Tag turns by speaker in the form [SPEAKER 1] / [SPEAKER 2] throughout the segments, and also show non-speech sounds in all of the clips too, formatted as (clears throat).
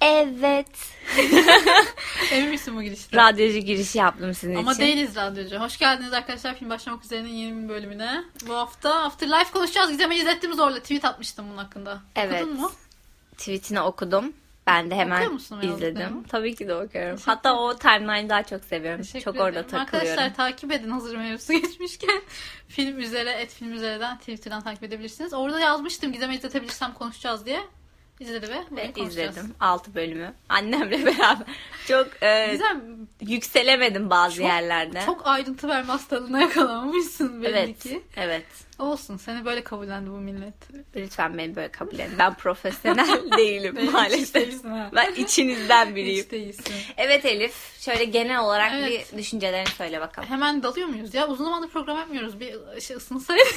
[SPEAKER 1] Evet.
[SPEAKER 2] Emin misin bu girişte?
[SPEAKER 1] Radyocu girişi yaptım sizin
[SPEAKER 2] Ama
[SPEAKER 1] için.
[SPEAKER 2] değiliz radyocu. Hoş geldiniz arkadaşlar film başlamak üzere'nin yeni bir bölümüne. Bu hafta Afterlife konuşacağız. Gizem'e izlettim zorla. Tweet atmıştım bunun hakkında.
[SPEAKER 1] Evet.
[SPEAKER 2] Okudun mu?
[SPEAKER 1] Tweetini okudum. Ben de
[SPEAKER 2] Okuyor
[SPEAKER 1] hemen
[SPEAKER 2] musun o
[SPEAKER 1] izledim.
[SPEAKER 2] yazdıklarını?
[SPEAKER 1] Tabii ki de okuyorum.
[SPEAKER 2] Teşekkür
[SPEAKER 1] Hatta o timeline'ı daha çok seviyorum.
[SPEAKER 2] Teşekkür
[SPEAKER 1] çok
[SPEAKER 2] ederim.
[SPEAKER 1] orada takılıyorum.
[SPEAKER 2] Arkadaşlar takip edin hazır mevzusu (laughs) geçmişken. film üzere, et film üzereden Twitter'dan takip edebilirsiniz. Orada yazmıştım Gizem'e izletebilirsem konuşacağız diye. İzledi ve bugün
[SPEAKER 1] Ve
[SPEAKER 2] konuşacağız.
[SPEAKER 1] izledim 6 bölümü. Annemle (laughs) beraber. Çok e,
[SPEAKER 2] Gizem
[SPEAKER 1] yükselemedim bazı
[SPEAKER 2] Çok-
[SPEAKER 1] yerlerde.
[SPEAKER 2] çok ayrıntı verme hastalığına yakalanmışsın belli
[SPEAKER 1] evet.
[SPEAKER 2] ki.
[SPEAKER 1] Evet.
[SPEAKER 2] Olsun seni böyle kabullendi
[SPEAKER 1] (laughs)
[SPEAKER 2] bu millet.
[SPEAKER 1] Lütfen beni böyle kabul edin. Ben profesyonel
[SPEAKER 2] (laughs)
[SPEAKER 1] değilim maalesef.
[SPEAKER 2] Hiç değilsin ha.
[SPEAKER 1] Ben içinizden biriyim.
[SPEAKER 2] (laughs) Hiç değilsin.
[SPEAKER 1] Evet Elif, şöyle genel olarak
[SPEAKER 2] Evet.
[SPEAKER 1] bir düşüncelerini söyle bakalım.
[SPEAKER 2] E, Hemen dalıyor muyuz ya? Uzun zamandır program yapmıyoruz. Bir şey ısınsaydık.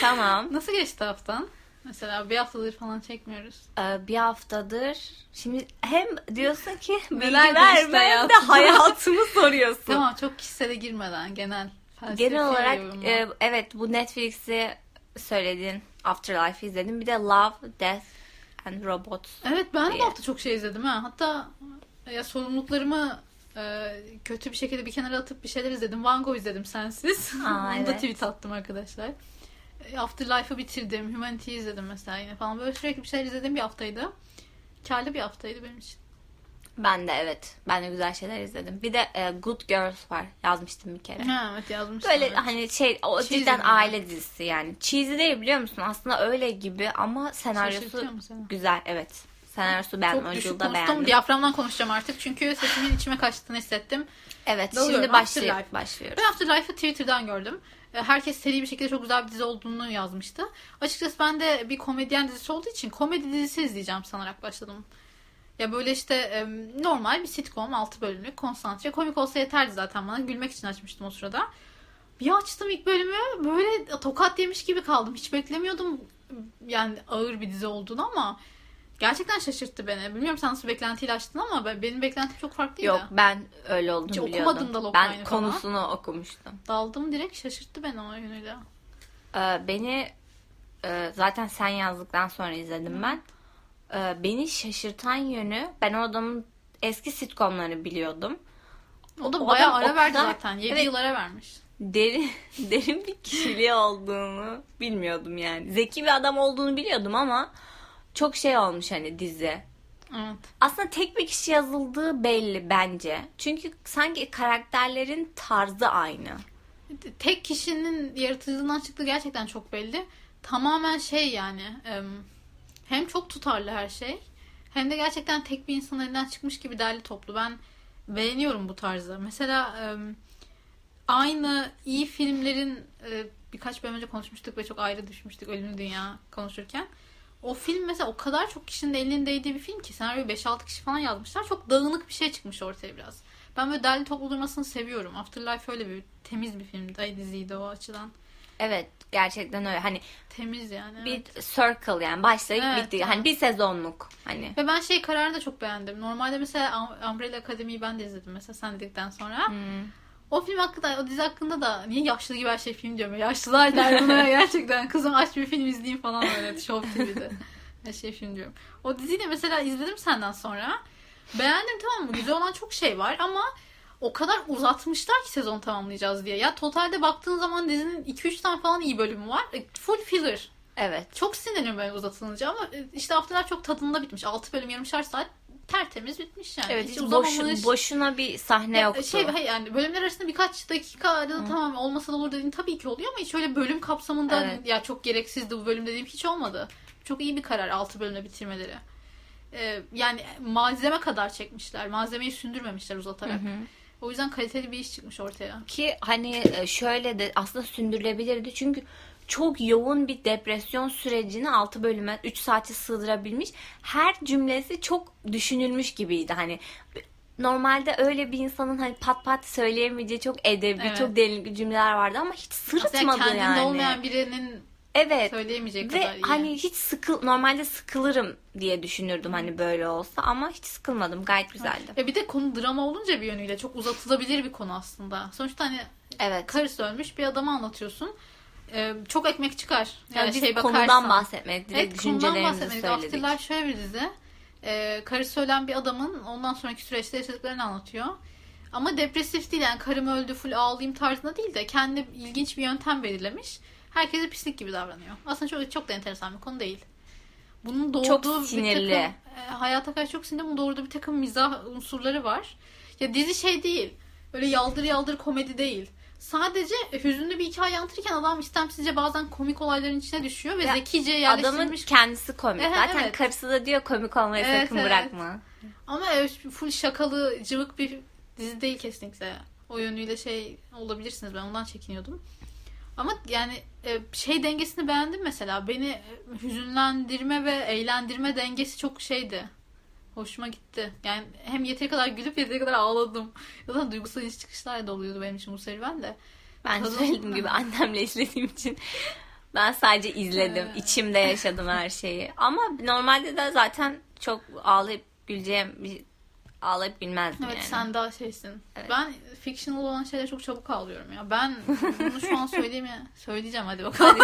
[SPEAKER 1] tamam.
[SPEAKER 2] (laughs) Nasıl geçti haftan? Mesela bir haftadır falan çekmiyoruz.
[SPEAKER 1] Ee, bir haftadır şimdi hem diyorsun ki bilgi
[SPEAKER 2] (laughs) Neler
[SPEAKER 1] verme hem
[SPEAKER 2] değişti
[SPEAKER 1] de
[SPEAKER 2] (laughs) hayatında?
[SPEAKER 1] hayatımı soruyorsun.
[SPEAKER 2] Tamam şey çok kişisele girmeden genel. felsefi
[SPEAKER 1] Genel olarak
[SPEAKER 2] yorumlar.
[SPEAKER 1] e, evet bu Netflix'i söyledin. Afterlife izledim. Bir de Love, Death and Robots.
[SPEAKER 2] Evet ben de bu
[SPEAKER 1] diye.
[SPEAKER 2] hafta çok şey izledim ha. Hatta e, ya sorumluluklarımı e, kötü bir şekilde bir kenara atıp bir şeyler izledim. Van Gogh izledim sensiz.
[SPEAKER 1] Aa,
[SPEAKER 2] (laughs) Onu da
[SPEAKER 1] evet.
[SPEAKER 2] tweet attım arkadaşlar. E, Afterlife'ı bitirdim. Humanity'yi izledim mesela yine falan. Böyle sürekli bir şeyler izlediğim bir haftaydı. Karlı bir haftaydı benim için.
[SPEAKER 1] Ben de evet. Ben de güzel şeyler izledim. Bir de e, Good Girls var. Yazmıştım bir kere.
[SPEAKER 2] Ha, evet yazmışsın.
[SPEAKER 1] Böyle
[SPEAKER 2] evet.
[SPEAKER 1] hani şey o
[SPEAKER 2] Cheesy
[SPEAKER 1] cidden
[SPEAKER 2] mi?
[SPEAKER 1] aile dizisi yani. Cheesy değil biliyor musun? Aslında öyle gibi ama senaryosu
[SPEAKER 2] Şaşırtıyor mu seni?
[SPEAKER 1] güzel evet. Senaryosu ben
[SPEAKER 2] Çok düşük
[SPEAKER 1] oyunculuğu da
[SPEAKER 2] konuştum.
[SPEAKER 1] beğendim.
[SPEAKER 2] Diyaframdan konuşacağım artık. Çünkü sesimin içime kaçtığını hissettim.
[SPEAKER 1] Evet
[SPEAKER 2] Dalıyorum,
[SPEAKER 1] şimdi başlay-
[SPEAKER 2] Afterlife.
[SPEAKER 1] başlıyoruz.
[SPEAKER 2] Ben Afterlife'ı Twitter'dan gördüm. E, Herkes seri bir şekilde çok güzel bir dizi olduğunu yazmıştı. Açıkçası ben de bir komedyen dizisi olduğu için komedi dizisi izleyeceğim sanarak başladım. Ya böyle işte e, normal bir sitcom 6 bölümlük konsantre. Komik olsa yeterdi zaten bana. Gülmek için açmıştım o sırada. Bir açtım ilk bölümü böyle tokat yemiş gibi kaldım. Hiç beklemiyordum yani ağır bir dizi olduğunu ama gerçekten şaşırttı beni. Bilmiyorum sen nasıl beklentiyle açtın ama ben- benim beklentim çok farklıydı.
[SPEAKER 1] Yok ben öyle olduğunu
[SPEAKER 2] Hiç
[SPEAKER 1] biliyordum.
[SPEAKER 2] okumadım da Lockmine'ı
[SPEAKER 1] ben
[SPEAKER 2] falan.
[SPEAKER 1] konusunu okumuştum.
[SPEAKER 2] Daldım direkt şaşırttı beni o yönüyle.
[SPEAKER 1] Ee, beni e, zaten sen yazdıktan sonra izledim ben. Ee, beni şaşırtan yönü ben o adamın eski sitcomlarını biliyordum.
[SPEAKER 2] O da
[SPEAKER 1] O
[SPEAKER 2] bayağı
[SPEAKER 1] adam o
[SPEAKER 2] ara verdi
[SPEAKER 1] kadar-
[SPEAKER 2] zaten. 7
[SPEAKER 1] Evet.
[SPEAKER 2] yıl ara vermiş.
[SPEAKER 1] Derin (laughs) derin bir kişiliği olduğunu bilmiyordum yani. Zeki bir adam olduğunu biliyordum ama çok şey olmuş hani dizi.
[SPEAKER 2] Evet.
[SPEAKER 1] Aslında tek bir kişi yazıldığı belli bence. Çünkü sanki karakterlerin tarzı aynı.
[SPEAKER 2] Tek kişinin yaratıcılığından çıktığı gerçekten çok belli. Tamamen şey yani em, hem çok tutarlı her şey hem de gerçekten tek bir insanın elinden çıkmış gibi derli toplu. Ben beğeniyorum bu tarzı. Mesela em, aynı iyi filmlerin e, birkaç bölüm önce konuşmuştuk ve çok ayrı düşmüştük Ölümlü Dünya konuşurken. O film mesela o kadar çok kişinin elinin değdiği bir film ki senaryoyu 5-6 kişi falan yazmışlar. Çok dağınık bir şey çıkmış ortaya biraz. Ben böyle derli toplu durmasını seviyorum. Afterlife öyle bir temiz bir filmdi. Ay diziydi o açıdan.
[SPEAKER 1] Evet gerçekten öyle. Hani
[SPEAKER 2] Temiz yani. evet.
[SPEAKER 1] bir circle yani başlayıp
[SPEAKER 2] Evet,
[SPEAKER 1] bitti.
[SPEAKER 2] evet.
[SPEAKER 1] Hani bir sezonluk hani.
[SPEAKER 2] Ve ben şey kararını da çok beğendim. Normalde mesela Um- Umbrella Academy'yi ben de izledim mesela sen dedikten sonra.
[SPEAKER 1] Hmm.
[SPEAKER 2] O film hakkında, o dizi hakkında da niye yaşlı gibi her şey film diyorum. ya? Yaşlılar der buna ya, gerçekten. (laughs) Kızım aç bir film izleyeyim falan böyle Show TV'de. Her şey film diyorum. O diziyi de mesela izledim senden sonra. Beğendim tamam mı? Güzel olan çok şey var ama o kadar uzatmışlar ki sezon tamamlayacağız diye. Ya totalde baktığın zaman dizinin 2-3 tane falan iyi bölümü var. E, Full filler.
[SPEAKER 1] Evet.
[SPEAKER 2] Çok sinirleniyorum böyle uzatılınca ama e, işte haftalar çok tadında bitmiş. 6 bölüm yarımşar saat tertemiz bitmiş yani.
[SPEAKER 1] Evet hiç
[SPEAKER 2] uzamamış.
[SPEAKER 1] boşu- boşuna bir sahne yoktu.
[SPEAKER 2] Şey hayır yani bölümler arasında birkaç dakika arada tamam olmasa da olur dediğin tabii ki oluyor ama hiç öyle bölüm kapsamında hani
[SPEAKER 1] Evet.
[SPEAKER 2] ya çok gereksizdi bu bölüm dediğim hiç olmadı. Çok iyi bir karar 6 bölümle bitirmeleri. Ee, yani malzeme kadar çekmişler. Malzemeyi sündürmemişler uzatarak. O yüzden kaliteli bir iş çıkmış ortaya.
[SPEAKER 1] Ki hani e, şöyle de aslında sündürülebilirdi. Çünkü çok yoğun bir depresyon sürecini 6 bölüme 3 saate sığdırabilmiş. Her cümlesi çok düşünülmüş gibiydi. Hani normalde öyle bir insanın hani pat pat söyleyemeyeceği çok edebi,
[SPEAKER 2] Evet.
[SPEAKER 1] çok derin cümleler vardı ama hiç
[SPEAKER 2] Aslında
[SPEAKER 1] sırıtmadı
[SPEAKER 2] kendinde
[SPEAKER 1] yani.
[SPEAKER 2] olmayan birinin
[SPEAKER 1] evet.
[SPEAKER 2] söyleyemeyecek kadar
[SPEAKER 1] Ve
[SPEAKER 2] iyi.
[SPEAKER 1] hani hiç sıkıl normalde sıkılırım diye düşünürdüm hani böyle olsa ama hiç sıkılmadım. Gayet güzeldi.
[SPEAKER 2] Ya bir de konu drama olunca bir yönüyle çok uzatılabilir bir konu aslında. Sonuçta hani
[SPEAKER 1] Evet.
[SPEAKER 2] karısı ölmüş bir adamı anlatıyorsun. Ee, çok ekmek çıkar. Yani,
[SPEAKER 1] Yani biz
[SPEAKER 2] şey
[SPEAKER 1] konudan
[SPEAKER 2] bakarsan.
[SPEAKER 1] bahsetmedik. direkt
[SPEAKER 2] Evet konudan
[SPEAKER 1] düşüncelerimizi
[SPEAKER 2] bahsetmedik.
[SPEAKER 1] söyledik.
[SPEAKER 2] Afterlife şöyle bir dizi. Ee, e, karısı ölen bir adamın ondan sonraki süreçte yaşadıklarını anlatıyor. Ama depresif değil yani karım öldü full ağlayayım tarzında değil de kendi ilginç bir yöntem belirlemiş. Herkese pislik gibi davranıyor. Aslında çok çok da enteresan bir konu değil. Bunun doğurduğu
[SPEAKER 1] Çok
[SPEAKER 2] bir
[SPEAKER 1] sinirli.
[SPEAKER 2] takım e, hayata karşı çok sinirli bunun doğurduğu bir takım mizah unsurları var. Ya dizi şey değil. Öyle yaldır yaldır komedi değil. Sadece e, hüzünlü bir hikaye anlatırken adam istemsizce bazen komik olayların içine düşüyor ve
[SPEAKER 1] Ya,
[SPEAKER 2] zekice
[SPEAKER 1] Adamın
[SPEAKER 2] yerleştirilmiş
[SPEAKER 1] kendisi komik.
[SPEAKER 2] Evet,
[SPEAKER 1] Zaten
[SPEAKER 2] evet.
[SPEAKER 1] karısı da diyor komik olmayı
[SPEAKER 2] Evet,
[SPEAKER 1] sakın
[SPEAKER 2] evet.
[SPEAKER 1] bırakma.
[SPEAKER 2] Ama evet, full şakalı, cıvık bir dizi değil kesinlikle. O yönüyle şey olabilirsiniz. Ben ondan çekiniyordum. Ama yani e, şey dengesini beğendim mesela. Beni e, hüzünlendirme ve eğlendirme dengesi çok şeydi. Hoşuma gitti. Yani hem yeteri kadar gülüp yeteri kadar ağladım. Zaten duygusal iniş çıkışlar da oluyordu benim için bu serüven de.
[SPEAKER 1] Ben
[SPEAKER 2] Kadın-
[SPEAKER 1] söylediğim gibi annemle izlediğim için ben sadece izledim.
[SPEAKER 2] Ee.
[SPEAKER 1] içimde yaşadım her şeyi. Ama normalde de zaten çok ağlayıp güleceğim bir ağlayıp gülmezdim
[SPEAKER 2] Evet
[SPEAKER 1] yani.
[SPEAKER 2] sen daha şeysin.
[SPEAKER 1] Evet.
[SPEAKER 2] Ben fictional olan şeylere çok çabuk ağlıyorum ya. Ben (laughs) bunu şu an söyleyeyim mi? Söyleyeceğim hadi bakalım.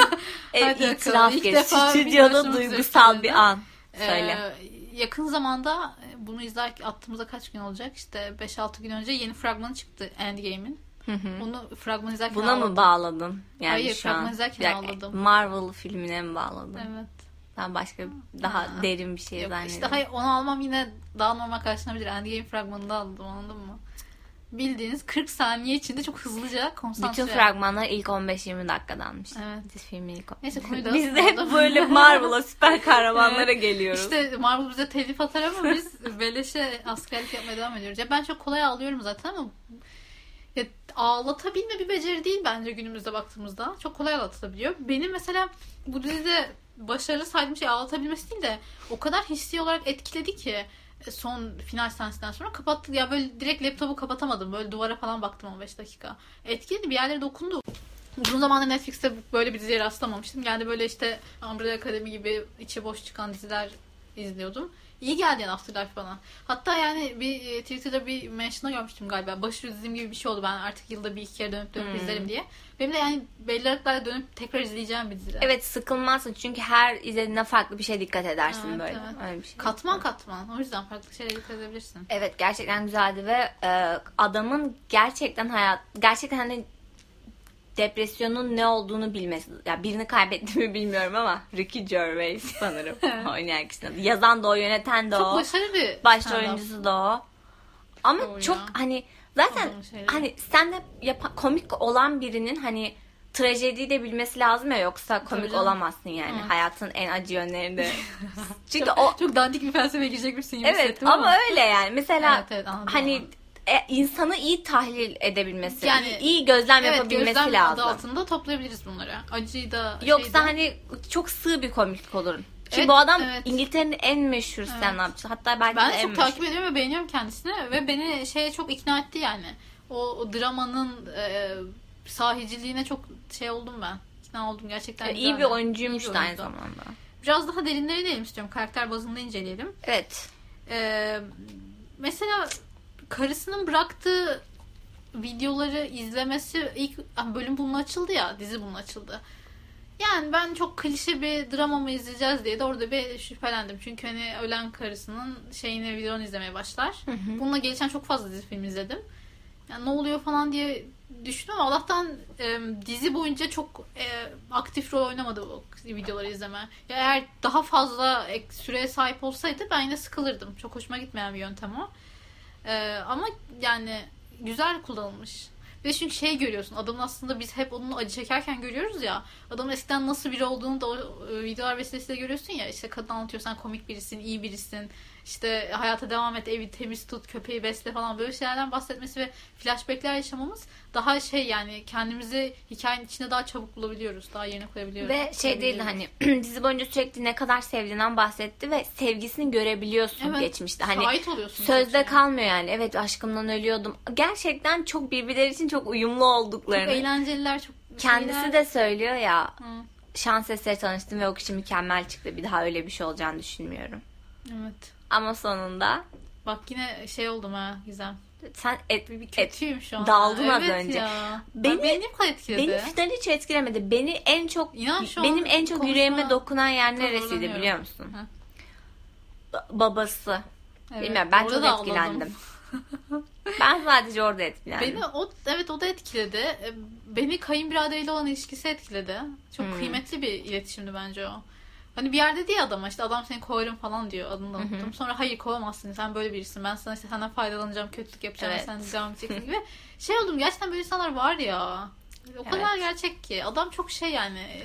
[SPEAKER 1] Evet,
[SPEAKER 2] Hadi
[SPEAKER 1] itiraf
[SPEAKER 2] bakalım. İlk
[SPEAKER 1] geç.
[SPEAKER 2] defa
[SPEAKER 1] Stüdyonun
[SPEAKER 2] videosunu
[SPEAKER 1] duygusal bir
[SPEAKER 2] izledim.
[SPEAKER 1] an.
[SPEAKER 2] Ee,
[SPEAKER 1] Söyle.
[SPEAKER 2] yakın zamanda e, bunu izler attığımızda kaç gün olacak? İşte 5-6 gün önce yeni fragmanı çıktı Endgame'in.
[SPEAKER 1] Hı hı.
[SPEAKER 2] Onu fragman izlerken
[SPEAKER 1] Buna
[SPEAKER 2] ağladım.
[SPEAKER 1] mı bağladın? Yani
[SPEAKER 2] Ee, Hayır,
[SPEAKER 1] şu an
[SPEAKER 2] fragman izlerken
[SPEAKER 1] Bir dakika,
[SPEAKER 2] ağladım.
[SPEAKER 1] Marvel filmine mi bağladın?
[SPEAKER 2] Evet.
[SPEAKER 1] Ben başka daha
[SPEAKER 2] Ha.
[SPEAKER 1] derin bir şey
[SPEAKER 2] Yok,
[SPEAKER 1] zannediyorum.
[SPEAKER 2] işte hayır onu almam yine daha normal karşılanabilir. Endgame fragmanında aldım anladın mı? Bildiğiniz 40 saniye içinde çok hızlıca konsantre.
[SPEAKER 1] Bütün fragmanlar ilk 15-20 dakikadanmış.
[SPEAKER 2] Evet.
[SPEAKER 1] Biz filmin ilk
[SPEAKER 2] Neyse konuyu
[SPEAKER 1] (laughs)
[SPEAKER 2] da
[SPEAKER 1] Biz de hep böyle
[SPEAKER 2] (laughs)
[SPEAKER 1] Marvel'a süper kahramanlara geliyoruz.
[SPEAKER 2] İşte Marvel bize telif atar ama biz beleşe askerlik yapmaya devam ediyoruz. Ya ben çok kolay ağlıyorum zaten ama ya ağlatabilme bir beceri değil bence günümüzde baktığımızda. Çok kolay ağlatılabiliyor. Benim mesela bu dizide başarılı saydığım şey ağlatabilmesi değil de o kadar hissi olarak etkiledi ki son final sahnesinden sonra kapattı. Ya böyle direkt laptopu kapatamadım. Böyle duvara falan baktım 15 dakika. Etkiledi bir yerlere dokundu. Uzun zamandır Netflix'te böyle bir diziye rastlamamıştım. Yani böyle işte Umbrella Academy gibi içi boş çıkan diziler izliyordum. İyi geldi yani Afterlife bana. Hatta yani bir e, Twitter'da bir mention'a görmüştüm galiba. Başarılı dizim gibi bir şey oldu. Ben artık yılda bir iki kere dönüp dönüp
[SPEAKER 1] Hmm.
[SPEAKER 2] izlerim diye. Benim de yani belli aralıklarla dönüp tekrar izleyeceğim bir dizi.
[SPEAKER 1] Evet sıkılmazsın çünkü her izlediğine farklı bir şey dikkat edersin
[SPEAKER 2] Evet,
[SPEAKER 1] böyle.
[SPEAKER 2] evet.
[SPEAKER 1] Öyle bir şey.
[SPEAKER 2] Katman katman. O yüzden farklı şeylere dikkat edebilirsin.
[SPEAKER 1] Evet gerçekten güzeldi ve e, adamın gerçekten hayat gerçekten hani depresyonun ne olduğunu bilmesi. Ya birini kaybetti mi bilmiyorum ama Ricky Gervais
[SPEAKER 2] (laughs)
[SPEAKER 1] sanırım oynayan kişinin adı. Yazan da o, yöneten de
[SPEAKER 2] Çok
[SPEAKER 1] o.
[SPEAKER 2] başarılı bir
[SPEAKER 1] Başrol
[SPEAKER 2] stand-up.
[SPEAKER 1] oyuncusu da o. Ama
[SPEAKER 2] Doğru ya.
[SPEAKER 1] çok hani zaten
[SPEAKER 2] Adamın şeyleri.
[SPEAKER 1] hani stand up yapan komik olan birinin hani trajediyi de bilmesi lazım ya yoksa komik
[SPEAKER 2] canım.
[SPEAKER 1] olamazsın yani.
[SPEAKER 2] Evet.
[SPEAKER 1] Hayatın en acı yönlerinde.
[SPEAKER 2] (laughs)
[SPEAKER 1] Çünkü
[SPEAKER 2] çok,
[SPEAKER 1] o
[SPEAKER 2] çok dandik bir felsefeye girecekmişsin gibi
[SPEAKER 1] evet
[SPEAKER 2] hissettim
[SPEAKER 1] ama öyle yani. Mesela
[SPEAKER 2] Evet, evet, anladım,
[SPEAKER 1] hani
[SPEAKER 2] anladım.
[SPEAKER 1] e, insanı iyi tahlil edebilmesi,
[SPEAKER 2] Yani-
[SPEAKER 1] iyi, iyi gözlem
[SPEAKER 2] evet,
[SPEAKER 1] yapabilmesi
[SPEAKER 2] gözlem adı
[SPEAKER 1] lazım.
[SPEAKER 2] altında toplayabiliriz bunları. Acıyı da
[SPEAKER 1] Yoksa
[SPEAKER 2] şeyi de-
[SPEAKER 1] hani çok sığ bir komiklik olur. Çünkü
[SPEAKER 2] Evet,
[SPEAKER 1] bu adam
[SPEAKER 2] evet.
[SPEAKER 1] İngiltere'nin en meşhur stand-upçısı. Hatta belki de
[SPEAKER 2] ben
[SPEAKER 1] en
[SPEAKER 2] çok
[SPEAKER 1] meşhur.
[SPEAKER 2] takip ediyorum ve beğeniyorum kendisini ve beni şeye çok ikna etti yani. O, o dramanın e, sahiciliğine çok şey oldum ben. İkna oldum gerçekten.
[SPEAKER 1] iyi bir
[SPEAKER 2] güzeldi.
[SPEAKER 1] oyuncuymuş
[SPEAKER 2] İyi bir
[SPEAKER 1] da aynı
[SPEAKER 2] oyuncu.
[SPEAKER 1] zamanda.
[SPEAKER 2] Biraz daha derinlere inelim istiyorum. Karakter bazında inceleyelim.
[SPEAKER 1] Evet.
[SPEAKER 2] Ee, mesela karısının bıraktığı videoları izlemesi ilk ah, bölüm bunun açıldı ya dizi bunun açıldı. Yani ben çok klişe bir drama mı izleyeceğiz diye de orada bir şüphelendim. Çünkü hani ölen karısının şeyini videonu izlemeye başlar. Bununla gelişen çok fazla dizi film izledim. Yani ne oluyor falan diye düşündüm ama Allah'tan e, dizi boyunca çok e, aktif rol oynamadı bu videoları izleme. Ya eğer daha fazla ek- süreye sahip olsaydı ben yine sıkılırdım. Çok hoşuma gitmeyen bir yöntem o. E, ama yani güzel kullanılmış. Ve çünkü şey görüyorsun adamın aslında biz hep onun acı çekerken görüyoruz ya adamın eskiden nasıl biri olduğunu da o e, videolar vesilesiyle görüyorsun ya işte kadın anlatıyor sen komik birisin iyi birisin işte hayata devam et, evi temiz tut, köpeği besle falan böyle şeylerden bahsetmesi ve flashbackler yaşamamız daha şey yani kendimizi hikayenin içine daha çabuk bulabiliyoruz. Daha yerine koyabiliyoruz.
[SPEAKER 1] Ve şey değil
[SPEAKER 2] Koyabiliyoruz.
[SPEAKER 1] hani (clears throat) dizi boyunca sürekli ne kadar sevdiğinden bahsetti ve sevgisini görebiliyorsun
[SPEAKER 2] Evet.
[SPEAKER 1] geçmişte. Hani
[SPEAKER 2] Şahit oluyorsun.
[SPEAKER 1] sözde
[SPEAKER 2] çok şey.
[SPEAKER 1] kalmıyor yani. Evet aşkımdan ölüyordum. Gerçekten çok birbirleri için çok uyumlu
[SPEAKER 2] Çok
[SPEAKER 1] olduklarını.
[SPEAKER 2] eğlenceliler çok
[SPEAKER 1] Kendisi
[SPEAKER 2] şeyler-
[SPEAKER 1] de söylüyor ya
[SPEAKER 2] Hı,
[SPEAKER 1] şans eseri tanıştım ve o kişi mükemmel çıktı. Bir daha öyle bir şey olacağını düşünmüyorum.
[SPEAKER 2] evet.
[SPEAKER 1] Ama sonunda
[SPEAKER 2] Bak yine şey oldum ha Gizem.
[SPEAKER 1] sen et, et-
[SPEAKER 2] Kötüyüm şu an.
[SPEAKER 1] daldın az
[SPEAKER 2] evet
[SPEAKER 1] önce.
[SPEAKER 2] Ya.
[SPEAKER 1] Beni-
[SPEAKER 2] Beni, beni niye bu kadar etkiledi?
[SPEAKER 1] Beni final hiç etkilemedi. Beni en çok
[SPEAKER 2] İnan şu an
[SPEAKER 1] benim en çok
[SPEAKER 2] konuşma-
[SPEAKER 1] yüreğime dokunan yer
[SPEAKER 2] Tam
[SPEAKER 1] neresiydi
[SPEAKER 2] olamıyorum.
[SPEAKER 1] biliyor musun?
[SPEAKER 2] Ha.
[SPEAKER 1] babası.
[SPEAKER 2] Evet,
[SPEAKER 1] Bilmiyorum ben
[SPEAKER 2] orada
[SPEAKER 1] çok
[SPEAKER 2] da ağladım. (laughs)
[SPEAKER 1] etkilendim. ben sadece orada etkilendim.
[SPEAKER 2] Beni o evet o da etkiledi. E, Beni kayınbiraderiyle olan ilişkisi etkiledi. Çok
[SPEAKER 1] Hmm.
[SPEAKER 2] kıymetli bir iletişimdi bence o. Hani bir yerde diye adama işte adam seni kovarım falan diyor adını da
[SPEAKER 1] Hı hı.
[SPEAKER 2] unuttum. Sonra hayır kovamazsın sen böyle birisin ben sana işte senden faydalanacağım kötülük yapacağım
[SPEAKER 1] Evet.
[SPEAKER 2] sen devam edeceksin gibi. Şey oldum gerçekten böyle insanlar var ya. O kadar gerçek ki. Adam çok şey yani.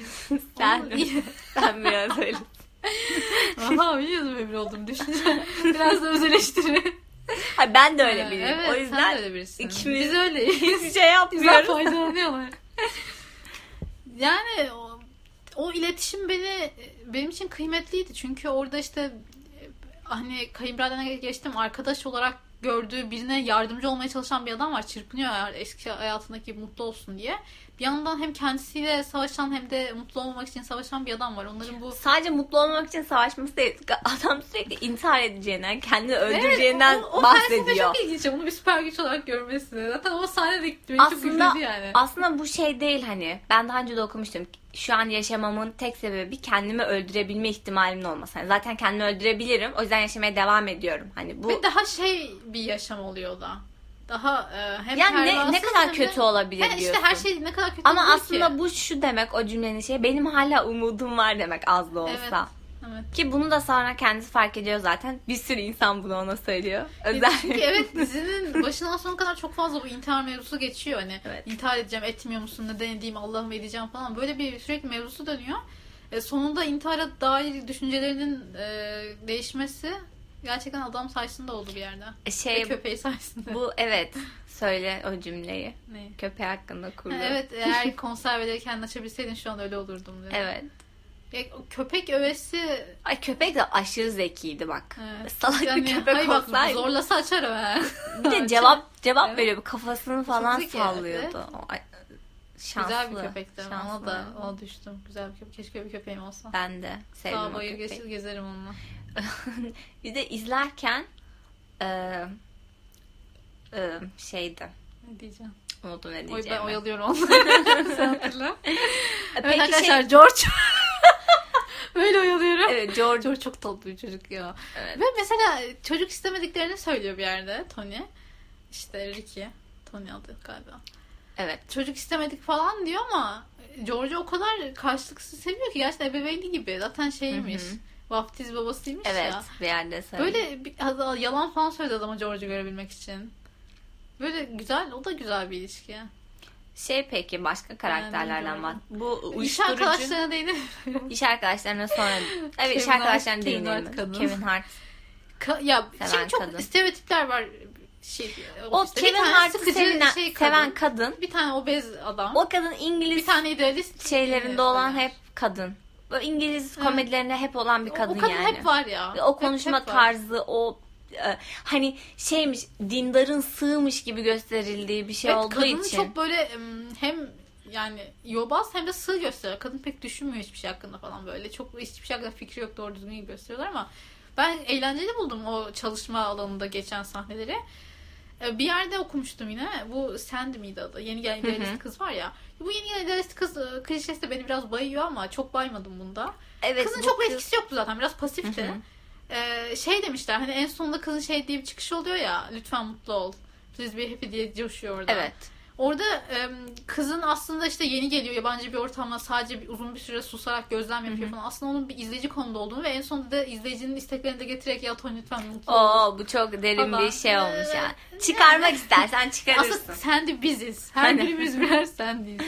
[SPEAKER 1] Sen-
[SPEAKER 2] Onun-
[SPEAKER 1] (laughs) Ben biraz öyle.
[SPEAKER 2] (laughs) Aha biliyorsun böyle oldum düşünce. (laughs) Biraz da öz eleştiri.
[SPEAKER 1] Hayır, ben de öyle biriyim.
[SPEAKER 2] Evet,
[SPEAKER 1] o
[SPEAKER 2] sen de
[SPEAKER 1] yüzden
[SPEAKER 2] öyle birisin.
[SPEAKER 1] ikimiz- (laughs)
[SPEAKER 2] Biz (laughs) öyleyiz.
[SPEAKER 1] hiç şey
[SPEAKER 2] Güzel
[SPEAKER 1] yapmıyoruz.
[SPEAKER 2] faydalanıyorlar. (laughs) yani o, o iletişim beni benim için kıymetliydi. Çünkü orada işte e, hani kayınbiraderine geçtim arkadaş olarak gördüğü birine yardımcı olmaya çalışan bir adam var. Çırpınıyor eğer eski hayatındaki gibi mutlu olsun diye. Bir yandan hem kendisiyle savaşan hem de mutlu olmamak için savaşan bir adam var. Onların bu
[SPEAKER 1] Sadece mutlu olmak için savaşması değil. (laughs) Adam sürekli intihar edeceğinden, kendini öldüreceğinden
[SPEAKER 2] Evet, o, o
[SPEAKER 1] bahsediyor.
[SPEAKER 2] felsefe çok ilginç. Bunu bir süper güç olarak görmesi. Zaten o sahne de beni çok
[SPEAKER 1] Aslında-
[SPEAKER 2] güldürdü yani.
[SPEAKER 1] Aslında bu şey değil hani. Ben daha önce de okumuştum. Şu an yaşamamın tek sebebi kendimi öldürebilme ihtimalimin olması. Hani zaten kendimi öldürebilirim. O yüzden yaşamaya devam ediyorum. Hani bu
[SPEAKER 2] Ve daha şey bir yaşam oluyor da. Daha e, hem
[SPEAKER 1] yani ne, ne
[SPEAKER 2] pervasız hem
[SPEAKER 1] kadar
[SPEAKER 2] de-
[SPEAKER 1] kötü olabilir
[SPEAKER 2] Yani işte
[SPEAKER 1] diyorsun.
[SPEAKER 2] her şey ne kadar kötü
[SPEAKER 1] Ama
[SPEAKER 2] değil
[SPEAKER 1] aslında
[SPEAKER 2] ki.
[SPEAKER 1] bu şu demek o cümlenin şeyi benim hala umudum var demek az da olsa.
[SPEAKER 2] Evet.
[SPEAKER 1] Ki bunu da sonra kendisi fark ediyor zaten. Bir sürü insan bunu ona söylüyor.
[SPEAKER 2] Çünkü
[SPEAKER 1] Özellikle.
[SPEAKER 2] evet dizinin başından sonuna kadar çok fazla bu intihar mevzusu geçiyor. Hani
[SPEAKER 1] Evet.
[SPEAKER 2] intihar edeceğim, etmiyor musun, neden edeyim, Allah'ım edeceğim falan. Böyle bir sürekli mevzusu dönüyor. E, sonunda intihara dair düşüncelerinin e, değişmesi gerçekten adam sayesinde oldu bir yerde. Ve
[SPEAKER 1] Şey
[SPEAKER 2] köpeği sayesinde.
[SPEAKER 1] bu evet söyle o cümleyi.
[SPEAKER 2] Ne?
[SPEAKER 1] Köpeği hakkında kurdu.
[SPEAKER 2] Ha, evet eğer konserveleri kendin açabilseydin şu an öyle olurdum diyor.
[SPEAKER 1] Evet.
[SPEAKER 2] Ya, köpek övesi
[SPEAKER 1] Ay köpek de aşırı zekiydi bak.
[SPEAKER 2] Evet.
[SPEAKER 1] Salak bir
[SPEAKER 2] Yani
[SPEAKER 1] (laughs) köpek
[SPEAKER 2] hayır bak,
[SPEAKER 1] olsaydı.
[SPEAKER 2] zorlasa açarım ha.
[SPEAKER 1] Bir
[SPEAKER 2] (laughs)
[SPEAKER 1] de cevap cevap
[SPEAKER 2] Evet.
[SPEAKER 1] veriyor. Kafasını falan
[SPEAKER 2] zeki,
[SPEAKER 1] sallıyordu. O ay- Şanslı.
[SPEAKER 2] Güzel bir köpekti ama
[SPEAKER 1] şanslı.
[SPEAKER 2] ona da ona düştüm. Güzel bir köpek. Keşke bir köpeğim olsa.
[SPEAKER 1] Ben de sevdim
[SPEAKER 2] Sağ
[SPEAKER 1] o
[SPEAKER 2] bayır
[SPEAKER 1] köpeği.
[SPEAKER 2] geçir gezerim onunla.
[SPEAKER 1] bir de izlerken e, e, şeydi.
[SPEAKER 2] Ne diyeceğim?
[SPEAKER 1] Unuttum ne
[SPEAKER 2] Oy, ben
[SPEAKER 1] diyeceğimi.
[SPEAKER 2] oyalıyorum
[SPEAKER 1] (laughs)
[SPEAKER 2] onları. Sen hatırla.
[SPEAKER 1] E,
[SPEAKER 2] Evet
[SPEAKER 1] Peki
[SPEAKER 2] arkadaşlar
[SPEAKER 1] şey,
[SPEAKER 2] George. (laughs) Böyle oyalıyorum.
[SPEAKER 1] evet, George
[SPEAKER 2] George çok tatlı bir çocuk ya.
[SPEAKER 1] Evet.
[SPEAKER 2] Ve mesela çocuk istemediklerini söylüyor bir yerde Tony. İşte Ricky. Tony adı galiba.
[SPEAKER 1] evet.
[SPEAKER 2] çocuk istemedik falan diyor ama George'u o kadar karşılıksız seviyor ki gerçekten ebeveyni gibi. Zaten şeymiş.
[SPEAKER 1] Hı hı.
[SPEAKER 2] Vaftiz babasıymış
[SPEAKER 1] Evet,
[SPEAKER 2] ya.
[SPEAKER 1] bir yerde söyle.
[SPEAKER 2] Böyle bir, hatta yalan falan söyledi adama George'u görebilmek için. Böyle güzel, o da güzel bir ilişki.
[SPEAKER 1] Şey peki
[SPEAKER 2] Ee,
[SPEAKER 1] başka karakterlerden
[SPEAKER 2] George'u.
[SPEAKER 1] var. Bu
[SPEAKER 2] İş
[SPEAKER 1] uyuşturucu.
[SPEAKER 2] arkadaşlarına değinir.
[SPEAKER 1] (laughs) İş arkadaşlarına
[SPEAKER 2] (laughs)
[SPEAKER 1] sonra. Evet iş
[SPEAKER 2] Hart,
[SPEAKER 1] arkadaşlarına
[SPEAKER 2] Kevin Hart
[SPEAKER 1] değinelim.
[SPEAKER 2] kadın.
[SPEAKER 1] Kevin Hart.
[SPEAKER 2] Ka- ya
[SPEAKER 1] Seven
[SPEAKER 2] şimdi çok
[SPEAKER 1] kadın.
[SPEAKER 2] stereotipler var. Şey,
[SPEAKER 1] O
[SPEAKER 2] ofiste. Bir
[SPEAKER 1] Kevin
[SPEAKER 2] tane
[SPEAKER 1] Hart'ı
[SPEAKER 2] sıkıcı
[SPEAKER 1] sevinen-
[SPEAKER 2] şey kadın,
[SPEAKER 1] seven kadın.
[SPEAKER 2] Bir tane obez adam.
[SPEAKER 1] O kadın İngiliz
[SPEAKER 2] bir tane idealist.
[SPEAKER 1] şeylerinde
[SPEAKER 2] Neyse.
[SPEAKER 1] olan hep kadın. Böyle İngiliz
[SPEAKER 2] Evet.
[SPEAKER 1] komedilerinde hep olan bir
[SPEAKER 2] O-
[SPEAKER 1] kadın,
[SPEAKER 2] o kadın
[SPEAKER 1] yani.
[SPEAKER 2] hep var ya. Hep-
[SPEAKER 1] O konuşma
[SPEAKER 2] hep var.
[SPEAKER 1] tarzı, o e, hani şeymiş dindarın sığmış gibi gösterildiği bir şey
[SPEAKER 2] Evet,
[SPEAKER 1] olduğu
[SPEAKER 2] kadını
[SPEAKER 1] için.
[SPEAKER 2] çok böyle em, hem yani yobaz hem de sığ gösteriyor. Kadın pek düşünmüyor hiçbir şey hakkında falan böyle. Çok hiçbir şey hakkında fikri yok doğru düzgün gösteriyorlar ama ben eğlenceli buldum o çalışma alanında geçen sahneleri. E, Bir yerde okumuştum yine. Bu Sandy miydi adı? Yeni gelen
[SPEAKER 1] hı.
[SPEAKER 2] idealist kız var ya. Bu yeni gelen idealist kız e, klişesi de beni biraz bayıyor ama çok baymadım bunda.
[SPEAKER 1] evet,
[SPEAKER 2] Kızın
[SPEAKER 1] bu
[SPEAKER 2] çok
[SPEAKER 1] kız-
[SPEAKER 2] etkisi yoktu zaten. Biraz pasifti.
[SPEAKER 1] Hı hı.
[SPEAKER 2] Ee, şey demişler hani en sonunda kızın şey diye bir çıkış oluyor ya. Lütfen mutlu ol. Please be happy diye coşuyor orada.
[SPEAKER 1] Evet.
[SPEAKER 2] Orada e, kızın aslında işte yeni geliyor yabancı bir ortama sadece bir, uzun bir süre susarak gözlem yapıyor falan. Aslında onun bir izleyici konumda olduğunu ve en sonunda da izleyicinin isteklerini de getirerek ya Tony lütfen mutlu ol.
[SPEAKER 1] Oo bu çok derin
[SPEAKER 2] Ama-
[SPEAKER 1] bir şey olmuş yani.
[SPEAKER 2] Ee,
[SPEAKER 1] Çıkarmak istersen çıkarırsın.
[SPEAKER 2] (laughs) Aslında sen de biziz. Her
[SPEAKER 1] Aynen. (laughs)
[SPEAKER 2] birimiz birer sendeyiz.